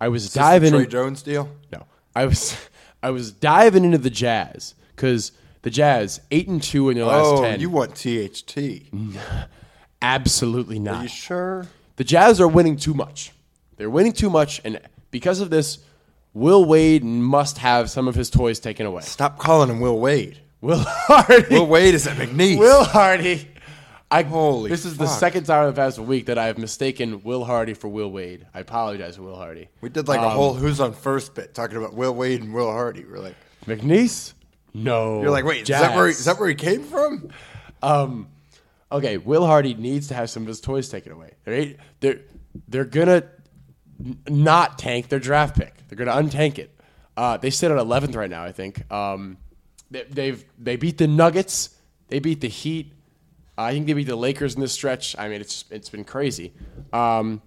S2: I was
S1: Is this the
S2: diving.
S1: Troy
S2: in-
S1: Jones deal.
S2: No, I was I was diving into the Jazz because the Jazz eight and two in their last
S1: Oh,
S2: ten.
S1: you want THT?
S2: Absolutely
S1: Are you
S2: not.
S1: sure?
S2: The Jazz are winning too much. They're winning too much, and because of this, Will Wade must have some of his toys taken away.
S1: Stop calling him Will Wade.
S2: Will Hardy.
S1: Will Wade is at McNeese.
S2: Will Hardy. I,
S1: Holy
S2: This is the
S1: fuck.
S2: second time in the past week that I have mistaken Will Hardy for Will Wade. I apologize, Will Hardy.
S1: we did
S2: um,
S1: like a whole who's on first bit talking about Will Wade and Will Hardy. We're like,
S2: McNeese. No.
S1: you're like, wait, is that, where,
S2: Jazz.
S1: is that where he came from?
S2: Um, okay, Will Hardy needs to have some of his toys taken away. They're eight, they're they're gonna n- not tank their draft pick. They're gonna untank it. Uh, they sit at eleventh right now, I think. Um, they, they've they beat the Nuggets. They beat the Heat. Uh, I think they beat the Lakers in this stretch. I mean, it's it's been crazy. Um,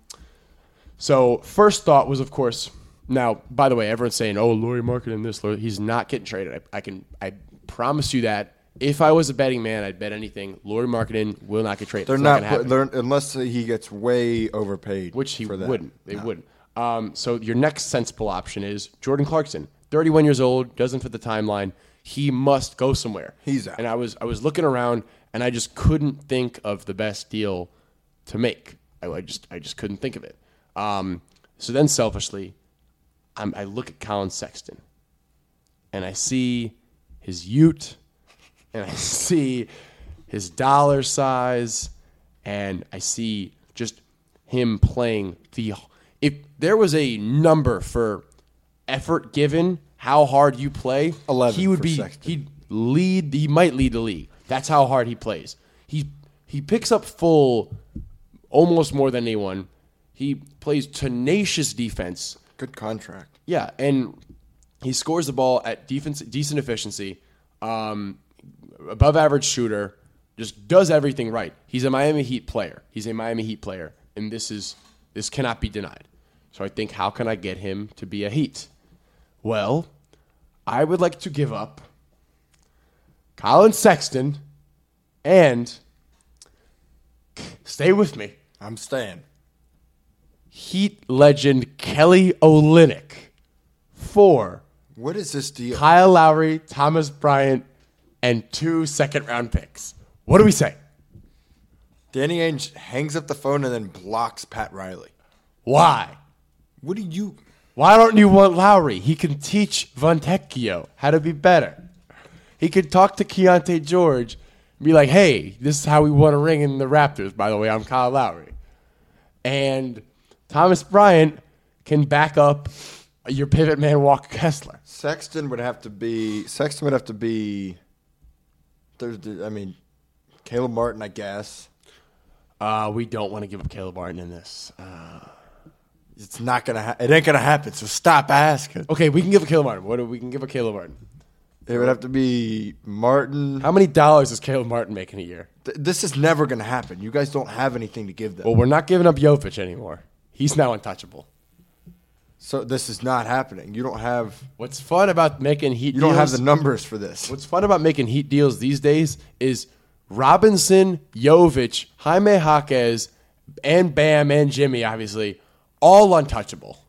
S2: so first thought was, of course. Now, by the way, everyone's saying, "Oh, Laurie Market and this, Laurie. he's not getting traded." I, I can, I promise you that. If I was a betting man, I'd bet anything. Laurie Marketing will not get traded.
S1: They're
S2: It's
S1: not,
S2: gonna
S1: put-
S2: happen.
S1: they're, unless he gets way overpaid,
S2: which he
S1: for that.
S2: wouldn't. They wouldn't. Um, so your next sensible option is Jordan Clarkson, 31 years old, doesn't fit the timeline. He must go somewhere.
S1: He's out.
S2: And I was I was looking around and I just couldn't think of the best deal to make. I, I just I just couldn't think of it. Um, so then selfishly, I'm, I look at Colin Sexton and I see his Ute and I see his dollar size and I see just him playing the if there was a number for effort given, how hard you play,
S1: 11
S2: he would
S1: for
S2: be
S1: Sexton.
S2: he'd lead he might lead the league. That's how hard he plays. He he picks up full almost more than anyone. He plays tenacious defense.
S1: Good contract.
S2: Yeah, and he scores the ball at defense, decent efficiency, um, above average shooter, just does everything right. He's a Miami Heat player. He's a Miami Heat player, and this is this cannot be denied. So I think, how can I get him to be a Heat? Well, I would like to give up Colin Sexton and stay with me.
S1: I'm staying.
S2: Heat legend Kelly Olynyk for
S1: What is this deal?
S2: Kyle Lowry, Thomas Bryant, and two second round picks. What do we say?
S1: Danny Ainge hangs up the phone and then blocks Pat Riley.
S2: Why?
S1: What do you?
S2: Why don't you want Lowry? He can teach Vontecchio how to be better. He could talk to Keontae George and be like, hey, this is how we won a ring in the Raptors, by the way. I'm Kyle Lowry. And Thomas Bryant can back up your pivot man, Walker Kessler.
S1: Sexton would have to be. Sexton would have to be. There's, I mean, Caleb Martin, I guess.
S2: Uh, we don't want to give up Caleb Martin in this. Uh,
S1: It's not gonna. Ha- it ain't gonna happen. So stop asking.
S2: okay, we can give a Caleb Martin. What do we can give a Caleb Martin?
S1: It would have to be Martin.
S2: How many dollars is Caleb Martin making a year?
S1: Th- this is never gonna happen. You guys don't have anything to give them.
S2: Well, we're not giving up Jovic anymore. He's now untouchable.
S1: so this is not happening. You don't have.
S2: What's fun about making heat
S1: You don't have
S2: deals?
S1: the numbers for this.
S2: what's fun about making heat deals these days is Robinson, Jovic, Jaime Jaquez, and Bam and Jimmy, obviously, all untouchable.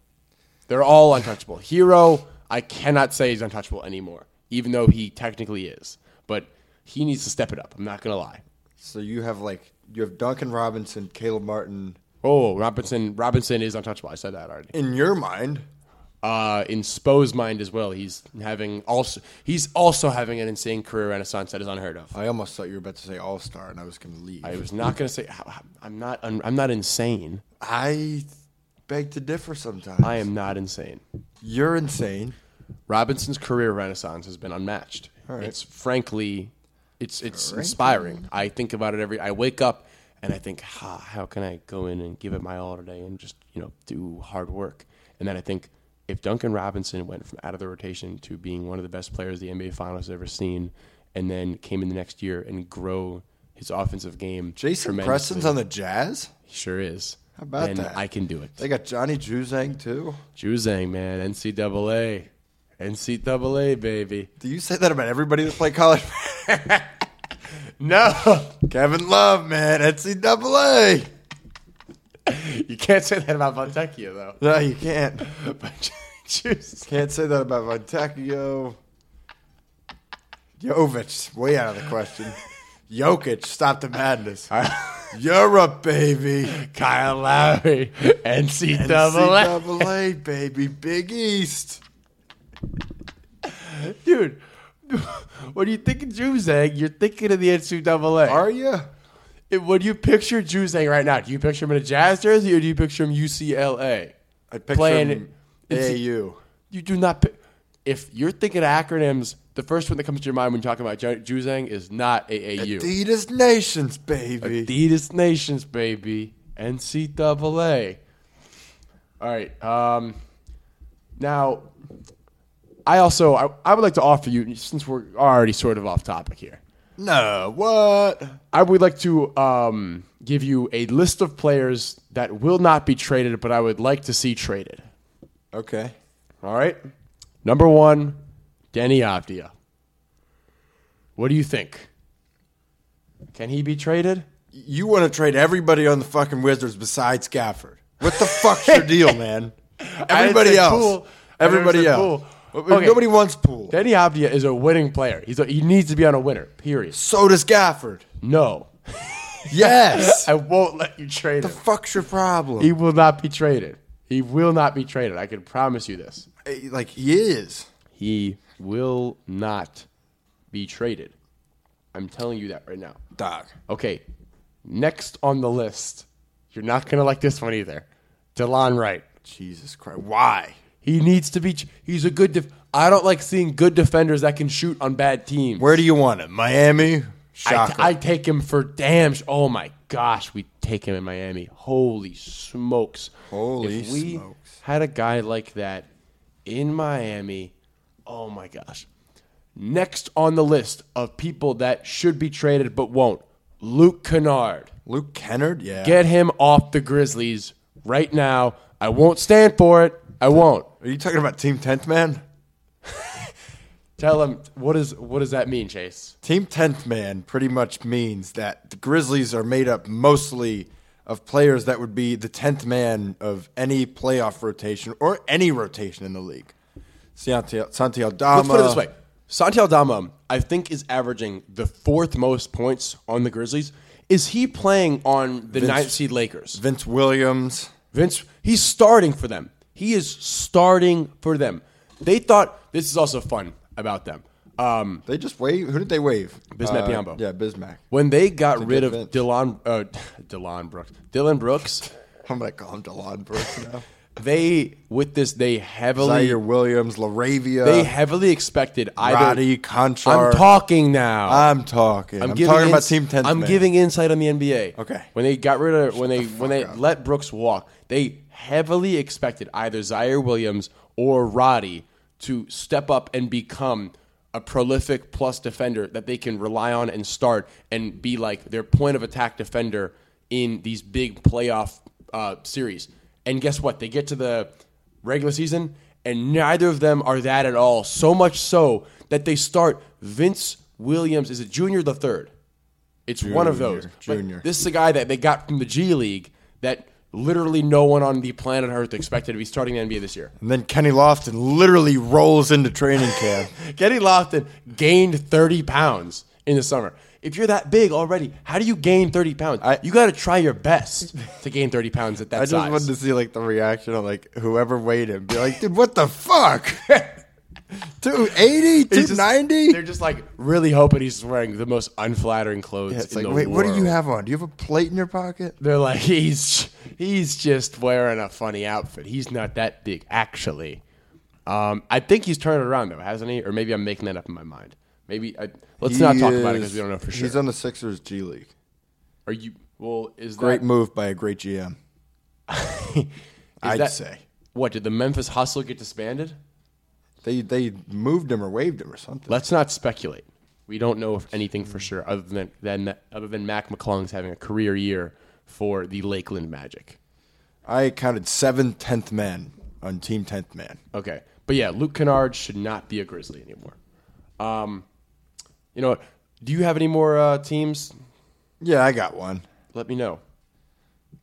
S2: They're all untouchable. Hero, I cannot say he's untouchable anymore, even though he technically is. But he needs to step it up. I'm not gonna lie.
S1: So you have like you have Duncan Robinson, Caleb Martin.
S2: Oh, Robinson, Robinson is untouchable. I said that already.
S1: In your mind,
S2: uh, in Spo's mind as well. He's having also he's also having an insane career renaissance that is unheard of.
S1: I almost thought you were about to say All Star, and I was gonna leave.
S2: I was not gonna say how- how- I'm not un, I'm not insane.
S1: I beg to differ sometimes.
S2: I am not insane.
S1: You're insane.
S2: Robinson's career renaissance has been unmatched.
S1: right.
S2: It's frankly, it's it's inspiring. I think about it every. I wake up and I think, ha, how can I go in and give it my all today and just you know do hard work? And then I think if Duncan Robinson went from out of the rotation to being one of the best players the NBA Finals has ever seen, and then came in the next year and grow his offensive game,
S1: Jason
S2: tremendously-
S1: Preston's on the Jazz.
S2: he sure is. How
S1: about
S2: then
S1: that?
S2: I can do it.
S1: They got Johnny Juzang too.
S2: Juzang, man, NCAA. NCAA, baby.
S1: Do you say that about everybody that play college?
S2: No,
S1: Kevin Love, man, NCAA.
S2: you can't say that about Fontecchio, though.
S1: No, you can't.
S2: But Jesus.
S1: Can't say that about Montecchio. Jovic, way out of the question. Jokic, stop the madness. Europe, baby.
S2: Kyle Lowry, NCAA.
S1: NCAA, baby. Big East.
S2: Dude, when you think of Juzang, you're thinking of the NCAA.
S1: Are you?
S2: And When you picture Juzang right now, do you picture him in a Jazz jersey or do you picture him UCLA?
S1: I picture
S2: Playing
S1: him
S2: in-
S1: AAU.
S2: You do not. Pick, if you're thinking of acronyms, the first one that comes to your mind when talking about Ju- Juzang is not AAU.
S1: Adidas Nations, baby.
S2: Adidas Nations, baby. NCAA. All right. Um, now, I also I, I would like to offer you since we're already sort of off topic here.
S1: no, what?
S2: I would like to um, give you a list of players that will not be traded, but I would like to see traded.
S1: Okay.
S2: All right. Number one, Denny Avdia. What do you think? Can he be traded?
S1: You want to trade everybody on the fucking Wizards besides Gafford. What the fuck's your deal, man? Everybody
S2: say
S1: else.
S2: Poole. I never
S1: Everybody
S2: said
S1: else.
S2: Poole.
S1: But
S2: Okay.
S1: Nobody wants Poole.
S2: Denny Avdia is a winning player. He's a, he needs to be on a winner. Period.
S1: So does Gafford.
S2: No,
S1: Yes.
S2: I won't let you trade him.
S1: fuck's your problem?
S2: He will not be traded. He will not be traded. I can promise you this.
S1: Eh, like he is.
S2: He will not be traded. I'm telling you that right now.
S1: Dog.
S2: Okay, next on the list, you're not gonna like this one either. Delon Wright.
S1: Jesus Christ. Why?
S2: He needs to be. He's a good. Def- I don't like seeing good defenders that can shoot on bad teams.
S1: Where do you want him? Miami?
S2: I,
S1: Shocker.
S2: I take him for damn. Sh- oh my gosh, we take him in Miami. Holy smokes!
S1: Holy
S2: if we
S1: smokes.
S2: Had a guy like that in Miami. Oh my gosh. Next on the list of people that should be traded but won't, Luke Kennard.
S1: Luke Kennard? Yeah.
S2: Get him off the Grizzlies right now. I won't stand for it. I won't.
S1: Are you talking about Team 10th Man?
S2: Tell him what is what does that mean, Chase?
S1: Team 10th Man pretty much means that the Grizzlies are made up mostly of players that would be the 10th man of any playoff rotation or any rotation in the league. Santi, Santi Aldama.
S2: Let's put it this way. Santi Aldama, I think, is averaging the fourth most points on the Grizzlies. Is he playing on the ninth seed Lakers?
S1: Vince Williams.
S2: Vince, he's starting for them. He is starting for them. They thought this is also fun about them. Um,
S1: They just wave. Who did they wave? Uh,
S2: Bismack Biyombo.
S1: Yeah, Bismack.
S2: when they got rid of
S1: Vince.
S2: Dylan, uh, Dylan Brooks, Dylan Brooks,
S1: I'm going to call him DeLon Brooks now.
S2: they with this they heavily
S1: Zaire Williams, Laravia.
S2: they heavily expected either.
S1: Roddy, Conchar.
S2: I'm talking now.
S1: I'm talking. I'm, talking about
S2: ins-
S1: Team 10th
S2: I'm
S1: man.
S2: giving insight on the NBA.
S1: Okay.
S2: When they got rid of when they when they let Brooks walk, they heavily expected either Zaire Williams or Roddy to step up and become a prolific plus defender that they can rely on and start and be like their point of attack defender in these big playoff uh, series. And guess what? They get to the regular season, and neither of them are that at all. So much so that they start Vince Williams is a junior, the third. It's one of those. But
S1: junior.
S2: this is a guy that they got from the G League that literally no one on the planet Earth expected to be starting the NBA this year.
S1: And then Kenny Lofton literally rolls into training camp.
S2: Kenny Lofton gained 30 pounds in the summer. If you're that big already, how do you gain 30 pounds? you got to try your best to gain 30 pounds at that
S1: I
S2: size.
S1: just wanted to see like the reaction of like whoever weighed him. Be like, dude, what the fuck? 280,
S2: He's just-
S1: 290?
S2: They're just like really hoping he's wearing the most unflattering clothes.
S1: it's
S2: in
S1: like,
S2: the
S1: wait, what do you
S2: world."
S1: have on? Do you have a plate in your pocket?
S2: They're like, he's he's just wearing a funny outfit. He's not that big, actually. Um, I think he's turned it around though, hasn't he? Or maybe I'm making that up in my mind. Maybe I, let's not
S1: He
S2: talk about
S1: is-
S2: it because we don't know for sure.
S1: He's on the Sixers G League.
S2: Are you? Well, is
S1: Great
S2: that?
S1: move by a great GM.
S2: is
S1: I'd
S2: that-
S1: say.
S2: What did the Memphis Hustle get disbanded?
S1: They they moved him or waived him or something.
S2: Let's not speculate. We don't know if anything for sure other than, than other than Mac McClung's having a career year for the Lakeland Magic.
S1: I counted seven tenth men on Team Tenth Man.
S2: Okay. But yeah, Luke Kennard should not be a Grizzly anymore. Um, you know what? Do you have any more uh, teams?
S1: Yeah, I got one.
S2: Let me know.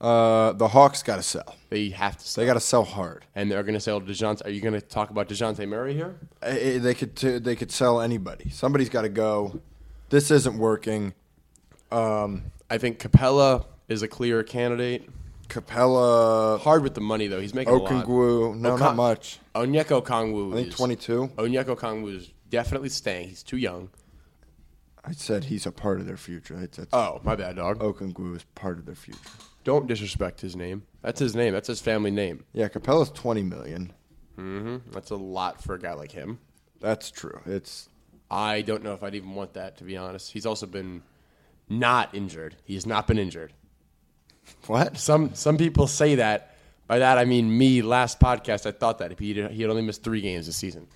S1: Uh, the Hawks got to sell.
S2: They have to sell.
S1: They got to sell hard.
S2: and they're going to sell DeJounte. Are you going to talk about DeJounte Murray here?
S1: Uh, uh, They could t- they could sell anybody. Somebody's got to go. This isn't working.
S2: I think Capella is a clear candidate.
S1: Capella,
S2: Hard with the money, though. He's making a lot.
S1: Okungwu, no,
S2: Okon-
S1: not much.
S2: Onyeko Kongwu. I
S1: think 22.
S2: Onyeko Kongwu is definitely staying. He's too young.
S1: I said he's a part of their future. I said
S2: Oh, my bad, dog.
S1: Okungwu is part of their future.
S2: Don't disrespect his name. That's his name. That's his family name.
S1: Yeah, Capella's twenty million.
S2: That's a lot for a guy like him.
S1: That's true. It's
S2: I don't know if I'd even want that, to be honest. He's also been not injured. He has not been injured.
S1: what?
S2: Some some people say that. By that I mean me. Last podcast, I thought that if he did, he had only missed three games this season.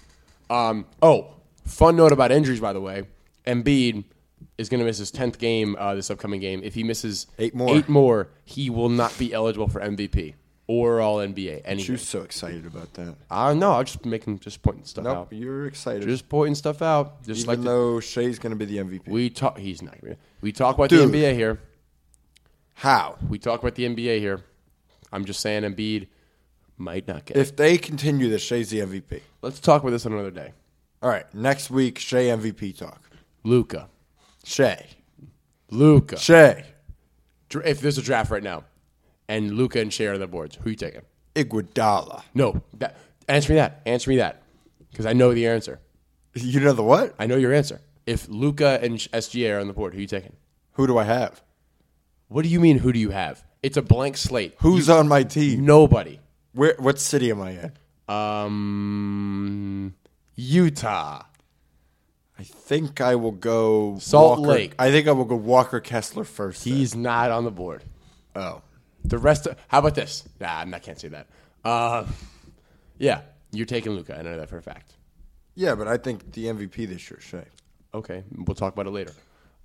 S2: Um. Oh, fun note about injuries, by the way. Embiid is going to miss his tenth game uh, this upcoming game. If he misses
S1: Eight more.
S2: eight more, he will not be eligible for MVP or All NBA. Anything.
S1: You're so excited about that.
S2: Uh, no, I'm just making just pointing stuff
S1: Nope,
S2: out.
S1: you're excited.
S2: Just pointing stuff out. Just
S1: Even
S2: like the-
S1: though Shea's going to be the MVP.
S2: we talk. He's not. gonna be- We talk about
S1: Dude.
S2: the NBA here.
S1: How?
S2: We talk about the NBA here. I'm just saying Embiid might not get. it.
S1: If they continue this, Shea's the MVP.
S2: Let's talk about this on another day.
S1: All right, next week, Shea MVP talk.
S2: Luca.
S1: Shea.
S2: Luca.
S1: Shea.
S2: If there's a draft right now, and Luca and Shea are on the boards, who you taking?
S1: Iguodala.
S2: No. That, answer me that. Answer me that. Because I know the answer.
S1: You know the what?
S2: I know your answer. If Luca and SGA are on the board, who you taking?
S1: Who do I have?
S2: What do you mean? Who do you have? It's a blank slate.
S1: Who's on my team?
S2: Nobody.
S1: Where? What city am I in?
S2: Um, Utah.
S1: I think I will go
S2: Salt
S1: Walker-
S2: Lake.
S1: I think I will go Walker Kessler first. then.
S2: He's not on the board.
S1: oh,
S2: The rest. Of, how about this? Nah, I'm not. Can't say that. Uh, yeah, you're taking Luca. I know that for a fact.
S1: yeah, but I think the MVP this year, Shea.
S2: Okay, we'll talk about it later.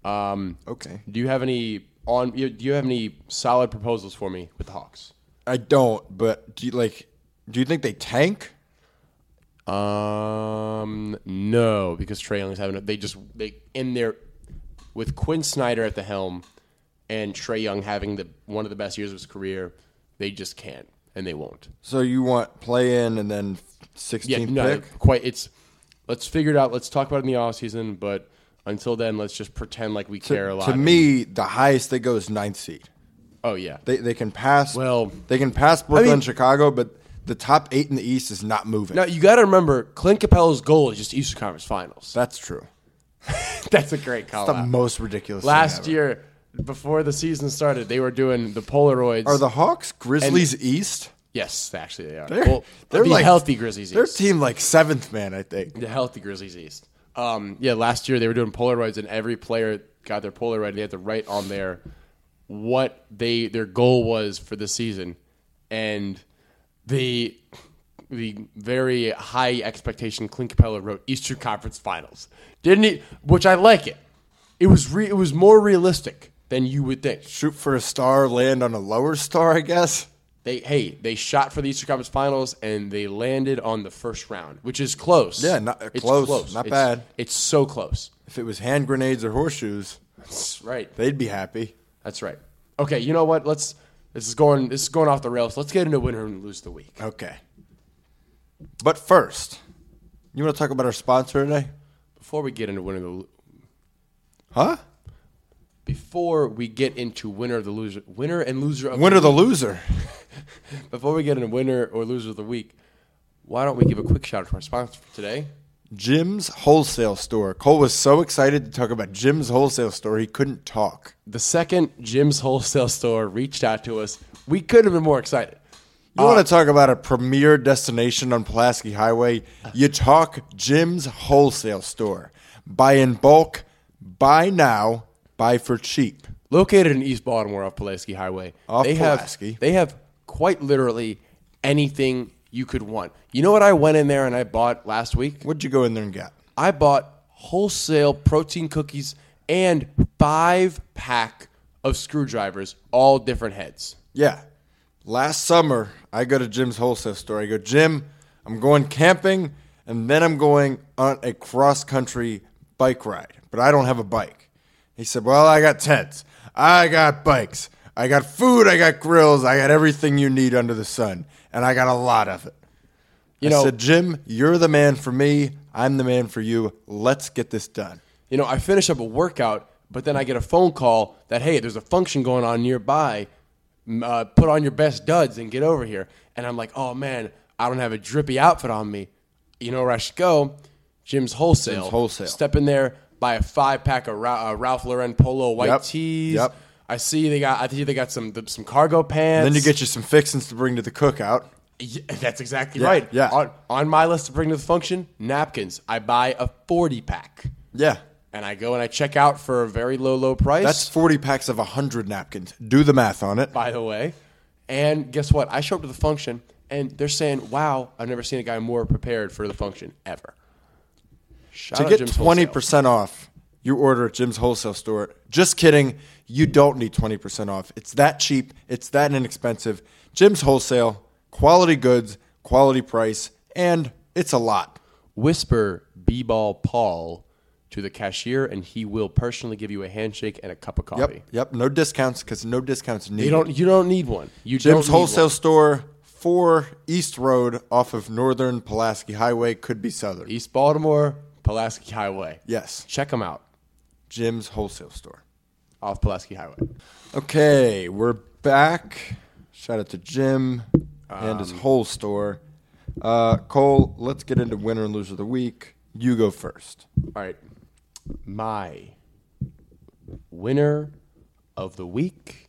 S2: Um,
S1: Okay,
S2: Do you have any on? you- Do you have any solid proposals for me with the Hawks?
S1: I don't. But do you like? Do you think they tank?
S2: Um, no, because Trey Young's having. A, they just they in there with Quinn Snyder at the helm and Trey Young having the one of the best years of his career. They just can't and they won't.
S1: So you want play in and then 16th
S2: Yeah, no,
S1: pick?
S2: quite. It's let's figure it out. Let's talk about it in the off season, but until then, let's just pretend like we care a lot.
S1: To me, the highest they go is ninth seed.
S2: oh yeah,
S1: They they can pass.
S2: Well-
S1: they can pass Brooklyn,
S2: I mean-
S1: Chicago, but the top eight in the East is not moving.
S2: Now you got to remember, Clint Capella's goal is just Eastern Conference Finals.
S1: That's true.
S2: That's a great call.
S1: The
S2: out.
S1: most ridiculous. thing
S2: Last
S1: ever.
S2: year, before the season started, they were doing the Polaroids.
S1: are the Hawks Grizzlies East?
S2: yes, actually they are.
S1: They're,
S2: well,
S1: they're
S2: the
S1: like
S2: healthy Grizzlies
S1: Their
S2: East.
S1: team like seventh man, I think.
S2: The healthy Grizzlies East. Um, yeah, last year they were doing Polaroids, and every player got their Polaroid. They had to write on there what they their goal was for the season, and the the very high expectation Clint Capella wrote Eastern Conference Finals, didn't he? Which I like it. It was re, it was more realistic than you would think.
S1: Shoot for a star, land on a lower star, I guess.
S2: They hey, they shot for the Eastern Conference Finals and they landed on the first round, which is close.
S1: Yeah, not- close, not
S2: It's-
S1: bad.
S2: It's so close.
S1: If it was hand grenades or horseshoes,
S2: That's right.
S1: they'd be happy.
S2: That's right. Okay, you know what? Let's this is going this is going off the rails. Let's get into winner and lose the week.
S1: Okay. But first, you want to talk about our sponsor today?
S2: Before we get into winner the Lo-
S1: Huh?
S2: before we get into winner of the loser winner and loser of
S1: Winner the loser.
S2: before we get into winner or loser of the week, why don't we give a quick shout out to our sponsor for today?
S1: Jim's Wholesale Store. Cole was so excited to talk about Jim's Wholesale Store, he couldn't talk.
S2: The second Jim's Wholesale Store reached out to us. We could have been more excited.
S1: You want to talk about a premier destination on Pulaski Highway? You talk Jim's Wholesale Store. Buy in bulk, buy now, buy for cheap.
S2: located in East Baltimore off Pulaski Highway.
S1: Off
S2: they
S1: Pulaski.
S2: have they have quite literally anything you could want. You know what I went in there and I bought last week?
S1: What'd you go in there and get?
S2: I bought wholesale protein cookies and 5 pack of screwdrivers, all different heads.
S1: Yeah. Last summer, I go to Jim's wholesale store. I go, Jim, I'm going camping, and then I'm going on a cross country bike ride, but I don't have a bike. He said, Well, I got tents, I got bikes, I got food, I got grills, I got everything you need under the sun, and I got a lot of it.
S2: You
S1: I
S2: know,
S1: said, Jim, you're the man for me. I'm the man for you. Let's get this done.
S2: you know, I finish up a workout, but then I get a phone call that hey, there's a function going on nearby. M- Uh, put on your best duds and get over here. And I'm like, oh man, I don't have a drippy outfit on me. You know where I should go? Jim's Wholesale.
S1: Jim's Wholesale.
S2: Step in there, buy a five pack of Ra- uh, Ralph Lauren polo white
S1: Yep.
S2: tees.
S1: Yep.
S2: I see they got. I see they got some th- some cargo pants.
S1: Then you get you some fixings to bring to the cookout.
S2: Yeah, that's exactly
S1: Yeah,
S2: right.
S1: yeah.
S2: On, on my list to bring to the function, napkins. I buy a 40 pack
S1: Yeah.
S2: and I go and I check out for a very low, low price,
S1: That's 40 packs of 100 napkins. Do the math on it.
S2: by the way. And guess what? I show up to the function and they're saying, wow, I've never seen a guy more prepared for the function ever. Shout
S1: To
S2: out
S1: get
S2: Jim's
S1: twenty
S2: Wholesale.
S1: percent off, you order at Jim's wholesale store. Just kidding. You don't need twenty percent off. It's that cheap. It's that inexpensive. Jim's wholesale, quality goods, quality price, and it's a lot.
S2: Whisper B ball Paul to the cashier and he will personally give you a handshake and a cup of coffee.
S1: Yep, yep. No discounts because no discounts needed.
S2: You don't. You don't need one. You don't
S1: Jim's
S2: need
S1: wholesale
S2: one.
S1: store, four East Road, off of Northern Pulaski Highway, could be Southern.
S2: East Baltimore, Pulaski Highway.
S1: Yes,
S2: Check them out.
S1: Jim's wholesale store.
S2: off Pulaski Highway.
S1: Okay, we're back. Shout out to Jim and
S2: Um,
S1: his whole store. Uh, Cole, let's get into winner and loser of the week. You go first.
S2: All right. My winner of the week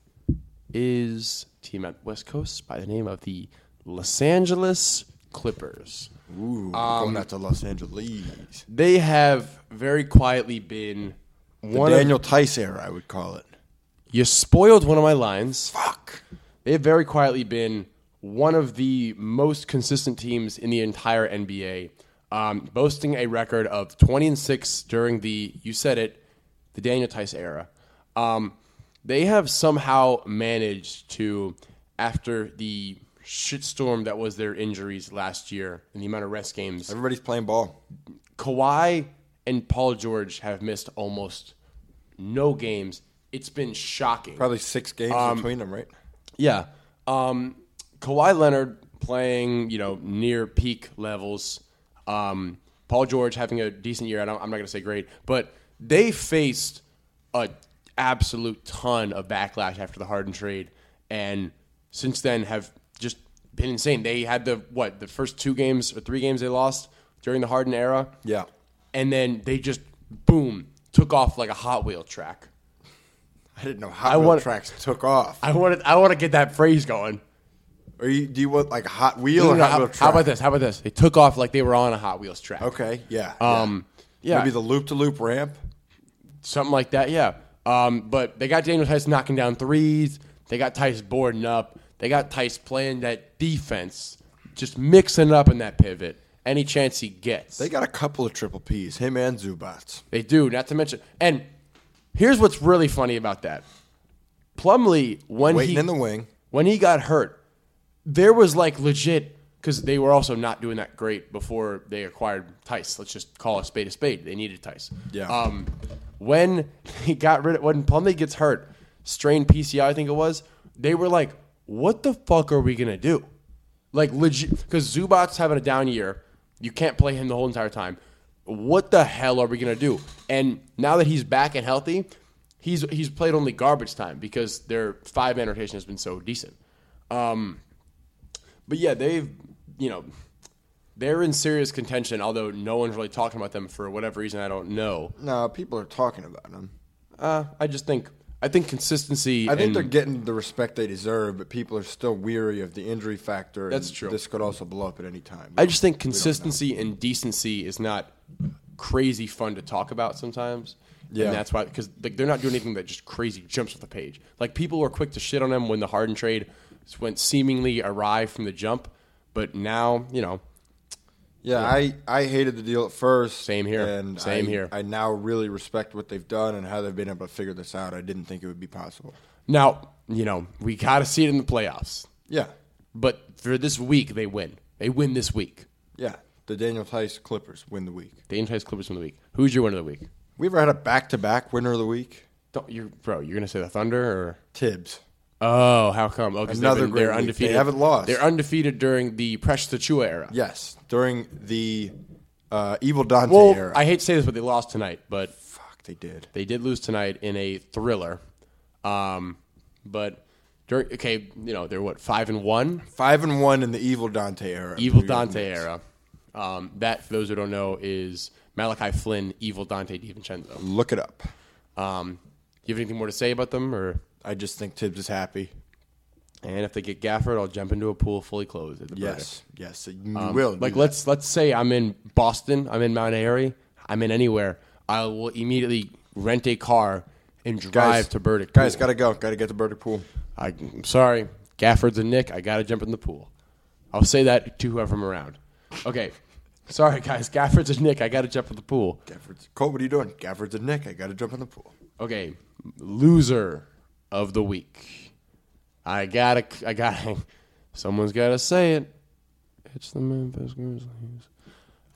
S2: is team at West Coast by the name of the Los Angeles Clippers.
S1: Ooh, going out to Los Angeles.
S2: They have very quietly been one of
S1: Daniel Tice era, I would call it.
S2: you spoiled one of my lines.
S1: Fuck.
S2: They've very quietly been one of the most consistent teams in the entire NBA, um, boasting a record of 20 and 6 during the, you said it, the Daniel Tice era. Um, they have somehow managed to, after the shitstorm that was their injuries last year and the amount of rest games,
S1: Everybody's playing ball.
S2: Kawhi and Paul George have missed almost no games. It's been shocking.
S1: Probably six games
S2: Um,
S1: between them, right?
S2: Yeah. Um, Kawhi Leonard playing, you know, near peak levels. Um, Paul George having a decent year. I don't, I'm not going to say great, but they faced a absolute ton of backlash after the Harden trade, and since then have just been insane. They had the what the first two games or three games they lost during the Harden era.
S1: Yeah.
S2: and then they just boom took off like a Hot Wheel track.
S1: I didn't know Hot
S2: I
S1: Wheel
S2: want-
S1: tracks took off.
S2: I want to I want to get that phrase going.
S1: Or you, do you want like a Hot Wheel
S2: No,
S1: or
S2: no, no,
S1: Hot
S2: how,
S1: Wheel
S2: how
S1: track?
S2: about this? How about this? They took off like they were on a Hot Wheels track.
S1: Okay, yeah.
S2: Um, yeah,
S1: Maybe the loop to loop ramp.
S2: something like that. Yeah. Um, but they got Daniel Tice knocking down threes. They got Tice boarding up. They got Tice playing that defense, just mixing it up in that pivot any chance he gets.
S1: They got a couple of triple Ps, him and Zubats.
S2: They do, not to mention. And here's what's really funny about that. Plumlee, when
S1: Waiting
S2: he
S1: in the wing.
S2: when he got hurt, there was like legit because they were also not doing that great before they acquired Tice. Let's just call a spade a spade. They needed Tice.
S1: Yeah.
S2: Um, when he got rid of when Plumlee gets hurt, strained PCI, I think it was. They were like, "What the fuck are we gonna do?" Like legit, because Zubat's having a down year. You can't play him the whole entire time. What the hell are we gonna do? And now that he's back and healthy, he's he's played only garbage time because their five man rotation has been so decent. Um, but yeah, they've you know they're in serious contention. Although no one's really talking about them for whatever reason, I don't know.
S1: No, people are talking about him.
S2: Uh, I just think I think consistency.
S1: I think
S2: and-
S1: they're getting the respect they deserve, but people are still weary of the injury factor. and
S2: That's true.
S1: This could also blow up at any time.
S2: I just think consistency and decency is not crazy fun to talk about sometimes.
S1: Yeah.
S2: And that's why, because they're not doing anything that just crazy jumps off the page. Like people were quick to shit on them when the Harden trade went seemingly awry from the jump, but now you know
S1: yeah, I, I hated the deal at first.
S2: Same here.
S1: And
S2: Same
S1: I-
S2: here.
S1: I now really respect what they've done and how they've been able to figure this out. I didn't think it would be possible.
S2: now you know we got to see it in the playoffs.
S1: Yeah.
S2: But for this week, they win. They win this week.
S1: Yeah, the Daniel Tice Clippers win the week.
S2: The Angeles Clippers win the week. Who's your winner of the week?
S1: We ever had a back to back winner of the week?
S2: Don't you, bro? You're gonna say the Thunder
S1: Tibbs.
S2: or? Oh, how come? Oh, 'cause they've
S1: Another
S2: been-
S1: great
S2: They're
S1: week. They
S2: undefeated.
S1: haven't lost.
S2: They're undefeated during the Presh Tachua era.
S1: Yes, during the uh, Evil Dante
S2: Well,
S1: era.
S2: I hate to say this, but they lost tonight. But
S1: Fuck, they did.
S2: They did lose tonight in a thriller. Um, but during okay, you know they're what five and one,
S1: Five and one in the Evil Dante era.
S2: evil
S1: New York
S2: Dante
S1: Knicks.
S2: era. Um, that for those who don't know is Malachi Flynn, evil Dante Divincenzo.
S1: Look it up.
S2: Um, you have anything more to say about them, or
S1: I just think Tibbs is happy.
S2: and if they get Gafford, I'll jump into a pool fully clothed. At the
S1: Yes, yes, you
S2: Burger. Um,
S1: will.
S2: like
S1: do
S2: let's let's say I'm in Boston, I'm in Mount Airy, I'm in anywhere. I will immediately rent a car and drive
S1: that.
S2: to Burdick.
S1: Guys,
S2: Pool.
S1: gotta go. Gotta get to Burdick Pool.
S2: I, I'm sorry, Gafford's a Nick. I gotta jump in the pool. I'll say that to whoever I'm around. Okay, sorry guys, Gafford's a Nick. I gotta jump in the pool.
S1: Gafford's Colt, what are you doing? Gafford's a Nick. I gotta jump in the pool.
S2: Okay, loser of the week. I gotta, I gotta. Someone's gotta say it. It's the Memphis Grizzlies.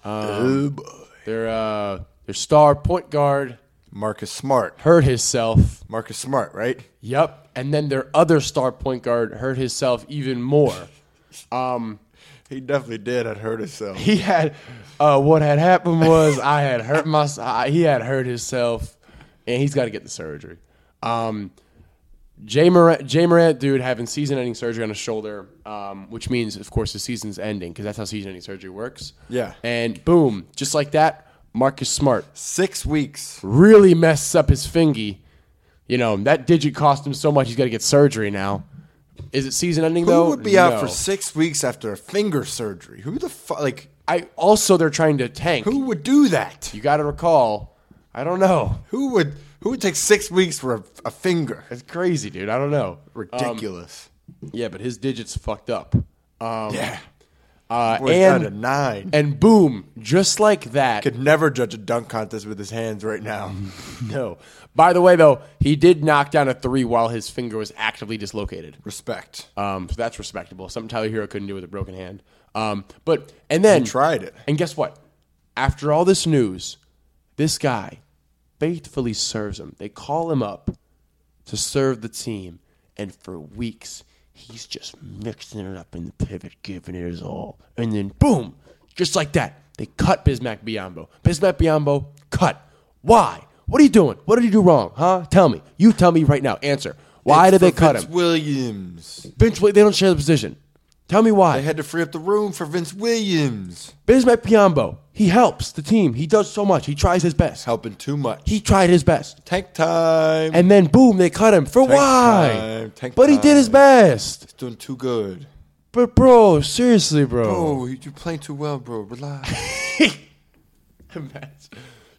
S1: oh
S2: Um,
S1: boy.
S2: Their uh, their star point guard
S1: Marcus Smart.
S2: hurt himself.
S1: Marcus Smart, right?
S2: Yep, and then their other star point guard hurt himself even more. Um.
S1: He definitely did. I'd heard um, himself.
S2: he had uh, what had happened was I had hurt my I- he had hurt himself, and he's got to get the surgery. Um, Jay Morant, Jay Morant, dude, having season-ending surgery on his shoulder, um, which means, of course, the season's ending because that's how season-ending surgery works.
S1: Yeah.
S2: and boom, just like that, Marcus Smart
S1: Six weeks.
S2: really messes up his fingy. You know that digit cost him so much; he's got to get surgery now. Is it season-ending though?
S1: Who would be out for
S2: No.
S1: six weeks after a finger surgery? Who the fuck? Like,
S2: I also they're trying to tank.
S1: who would do that?
S2: You got to recall. I don't know.
S1: Who would? Who would take six weeks for a, a finger?
S2: It's crazy, dude. I don't know.
S1: Ridiculous.
S2: Um, yeah, but his digits fucked up. Um,
S1: yeah.
S2: uh,
S1: Boy's
S2: and
S1: got a nine.
S2: and boom, just like that.
S1: Could never judge a dunk contest with his hands right now.
S2: No. By the way, though, he did knock down a three while his finger was actively dislocated.
S1: Respect.
S2: Um, so that's respectable. Something Tyler Hero couldn't do with a broken hand. Um, but and then
S1: He tried it.
S2: And guess what? After all this news, this guy faithfully serves him. They call him up to serve the team, and for weeks he's just mixing it up in the pivot, giving it his all, and then boom, just like that, they cut Bismack Biombo. Bismack Biombo cut. Why? What are you doing? What did you do wrong? Huh? Tell me. You tell me right now. Answer. Why did they
S1: For
S2: cut
S1: Vince
S2: him?
S1: Williams.
S2: Vince, Wi- they don't share the position. Tell me
S1: They
S2: why.
S1: had to free up the room for Vince Williams.
S2: Bismack Piombo, he helps the team. He does so much. He tries his best.
S1: Helping too much.
S2: He tried his best.
S1: Tank time.
S2: And then, boom, they cut him. For why?
S1: time, tank
S2: but he did his
S1: time.
S2: best.
S1: He's doing too good.
S2: But, bro, seriously, bro.
S1: Oh, you're playing too well, bro. Relax.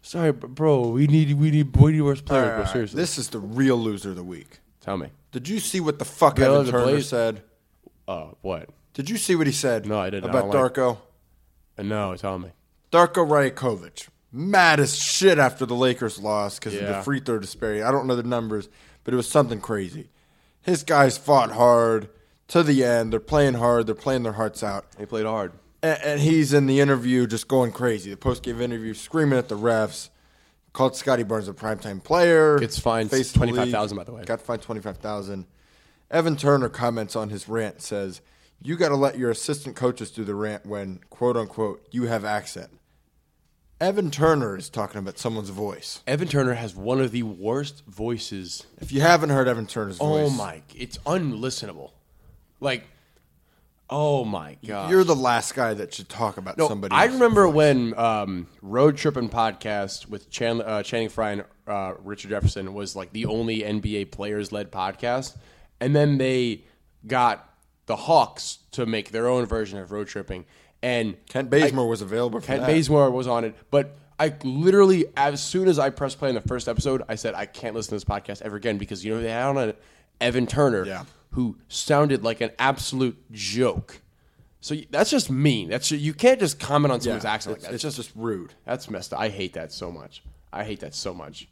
S2: Sorry, but bro, we need, we need, we need worse players, bro. Seriously.
S1: this is the real loser of the week.
S2: Tell me.
S1: Did you see what the fuck
S2: Bill
S1: Evan
S2: the
S1: Turner
S2: Blaze-
S1: said?
S2: Oh, what?
S1: Did you see what he said?
S2: No, I didn't. I
S1: About
S2: don't like-
S1: Darko.
S2: Uh, No, tell me.
S1: Darko Rajakovic, mad as shit after the Lakers lost because of
S2: Yeah.
S1: the free throw disparity. I don't know the numbers, but it was something crazy. His guys fought hard to the end. They're playing hard. They're playing their hearts out.
S2: They played hard.
S1: And, and he's in the interview just going crazy. The post game interview, screaming at the refs. Called Scotty Barnes a primetime player.
S2: Gets fined
S1: Face of the league.
S2: $25,000, by the way.
S1: Got fined twenty five thousand. Evan Turner comments on his rant says, "You got to let your assistant coaches do the rant when quote unquote you have accent." Evan Turner is talking about someone's voice.
S2: Evan Turner has one of the worst voices
S1: If you haven't heard Evan Turner's voice,
S2: Oh my! It's unlistenable. Like, oh my god!
S1: you're the last guy that should talk about
S2: no,
S1: somebody.
S2: I
S1: else's
S2: remember when um, road tripping podcast with Chan, uh, Channing Frye and uh, Richard Jefferson was like the only NBA players led podcast, and then they got the Hawks to make their own version of road tripping, and
S1: Kent Bazemore was available. For
S2: Kent
S1: that.
S2: Bazemore was on it, but I literally, as soon as I pressed play on the first episode, I said I can't listen to this podcast ever again because you know they had on a Evan Turner,
S1: Yeah.
S2: who sounded like an absolute joke. So y- that's just mean. That's you can't just comment on
S1: Yeah,
S2: someone's accent like
S1: it's,
S2: that.
S1: it's
S2: It's just
S1: just rude.
S2: that's messed up. I hate that so much. I hate that so much.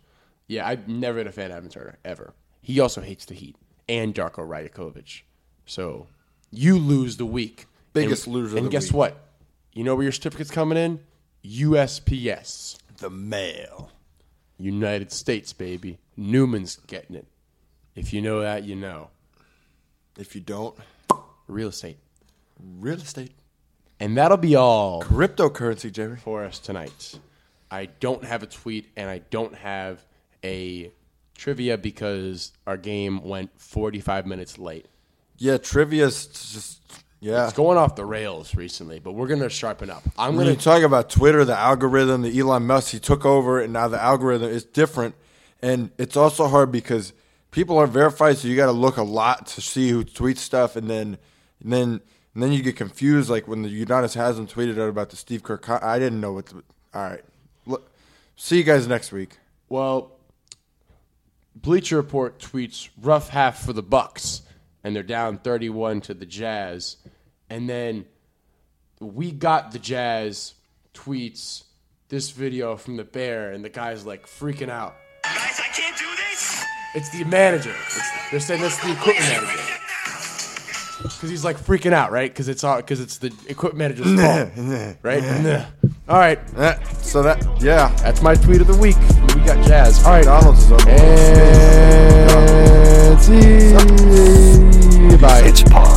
S2: Yeah, I've never been a fan of Evan Turner ever. He also hates the Heat and Darko Rajakovic. So You lose the week.
S1: Biggest
S2: and,
S1: loser of
S2: And
S1: the
S2: guess
S1: week.
S2: what? You know where your certificate's coming in? USPS,
S1: The mail.
S2: United States, baby. Newman's getting it. If you know that, you know.
S1: If you don't,
S2: Real estate.
S1: real estate.
S2: And that'll be all
S1: Cryptocurrency, Jerry.
S2: for us tonight. I don't have a tweet and I don't have a trivia because our game went 45 minutes late.
S1: Yeah, trivia's just yeah.
S2: It's going off the rails recently, but we're going to sharpen up. I'm
S1: When you
S2: going to
S1: talk about Twitter, the algorithm, the Elon Musk, he took over, and now the algorithm is different. And it's also hard because people aren't verified, so you got to look a lot to see who tweets stuff, and then, and then, and then you get confused. Like when the Udonis Haslam tweeted out about the Steve Kerr, con- I didn't know what. To, all right, look, see you guys next week.
S2: Well, Bleacher Report tweets rough half for the Bucks, and they're down 31 to the Jazz. And then we got the Jazz tweets this video from the Bear, and the guy's like freaking out.
S4: Guys, I can't do this.
S2: It's the manager. It's, they're saying that's the equipment manager because he's like freaking out, right? Because it's all because it's the equipment manager's fault, right? all right,
S1: Eh, So that yeah,
S2: that's my tweet of the week. We got Jazz. All right,
S1: McDonald's is over.
S2: and see. Bye.
S3: It's Pod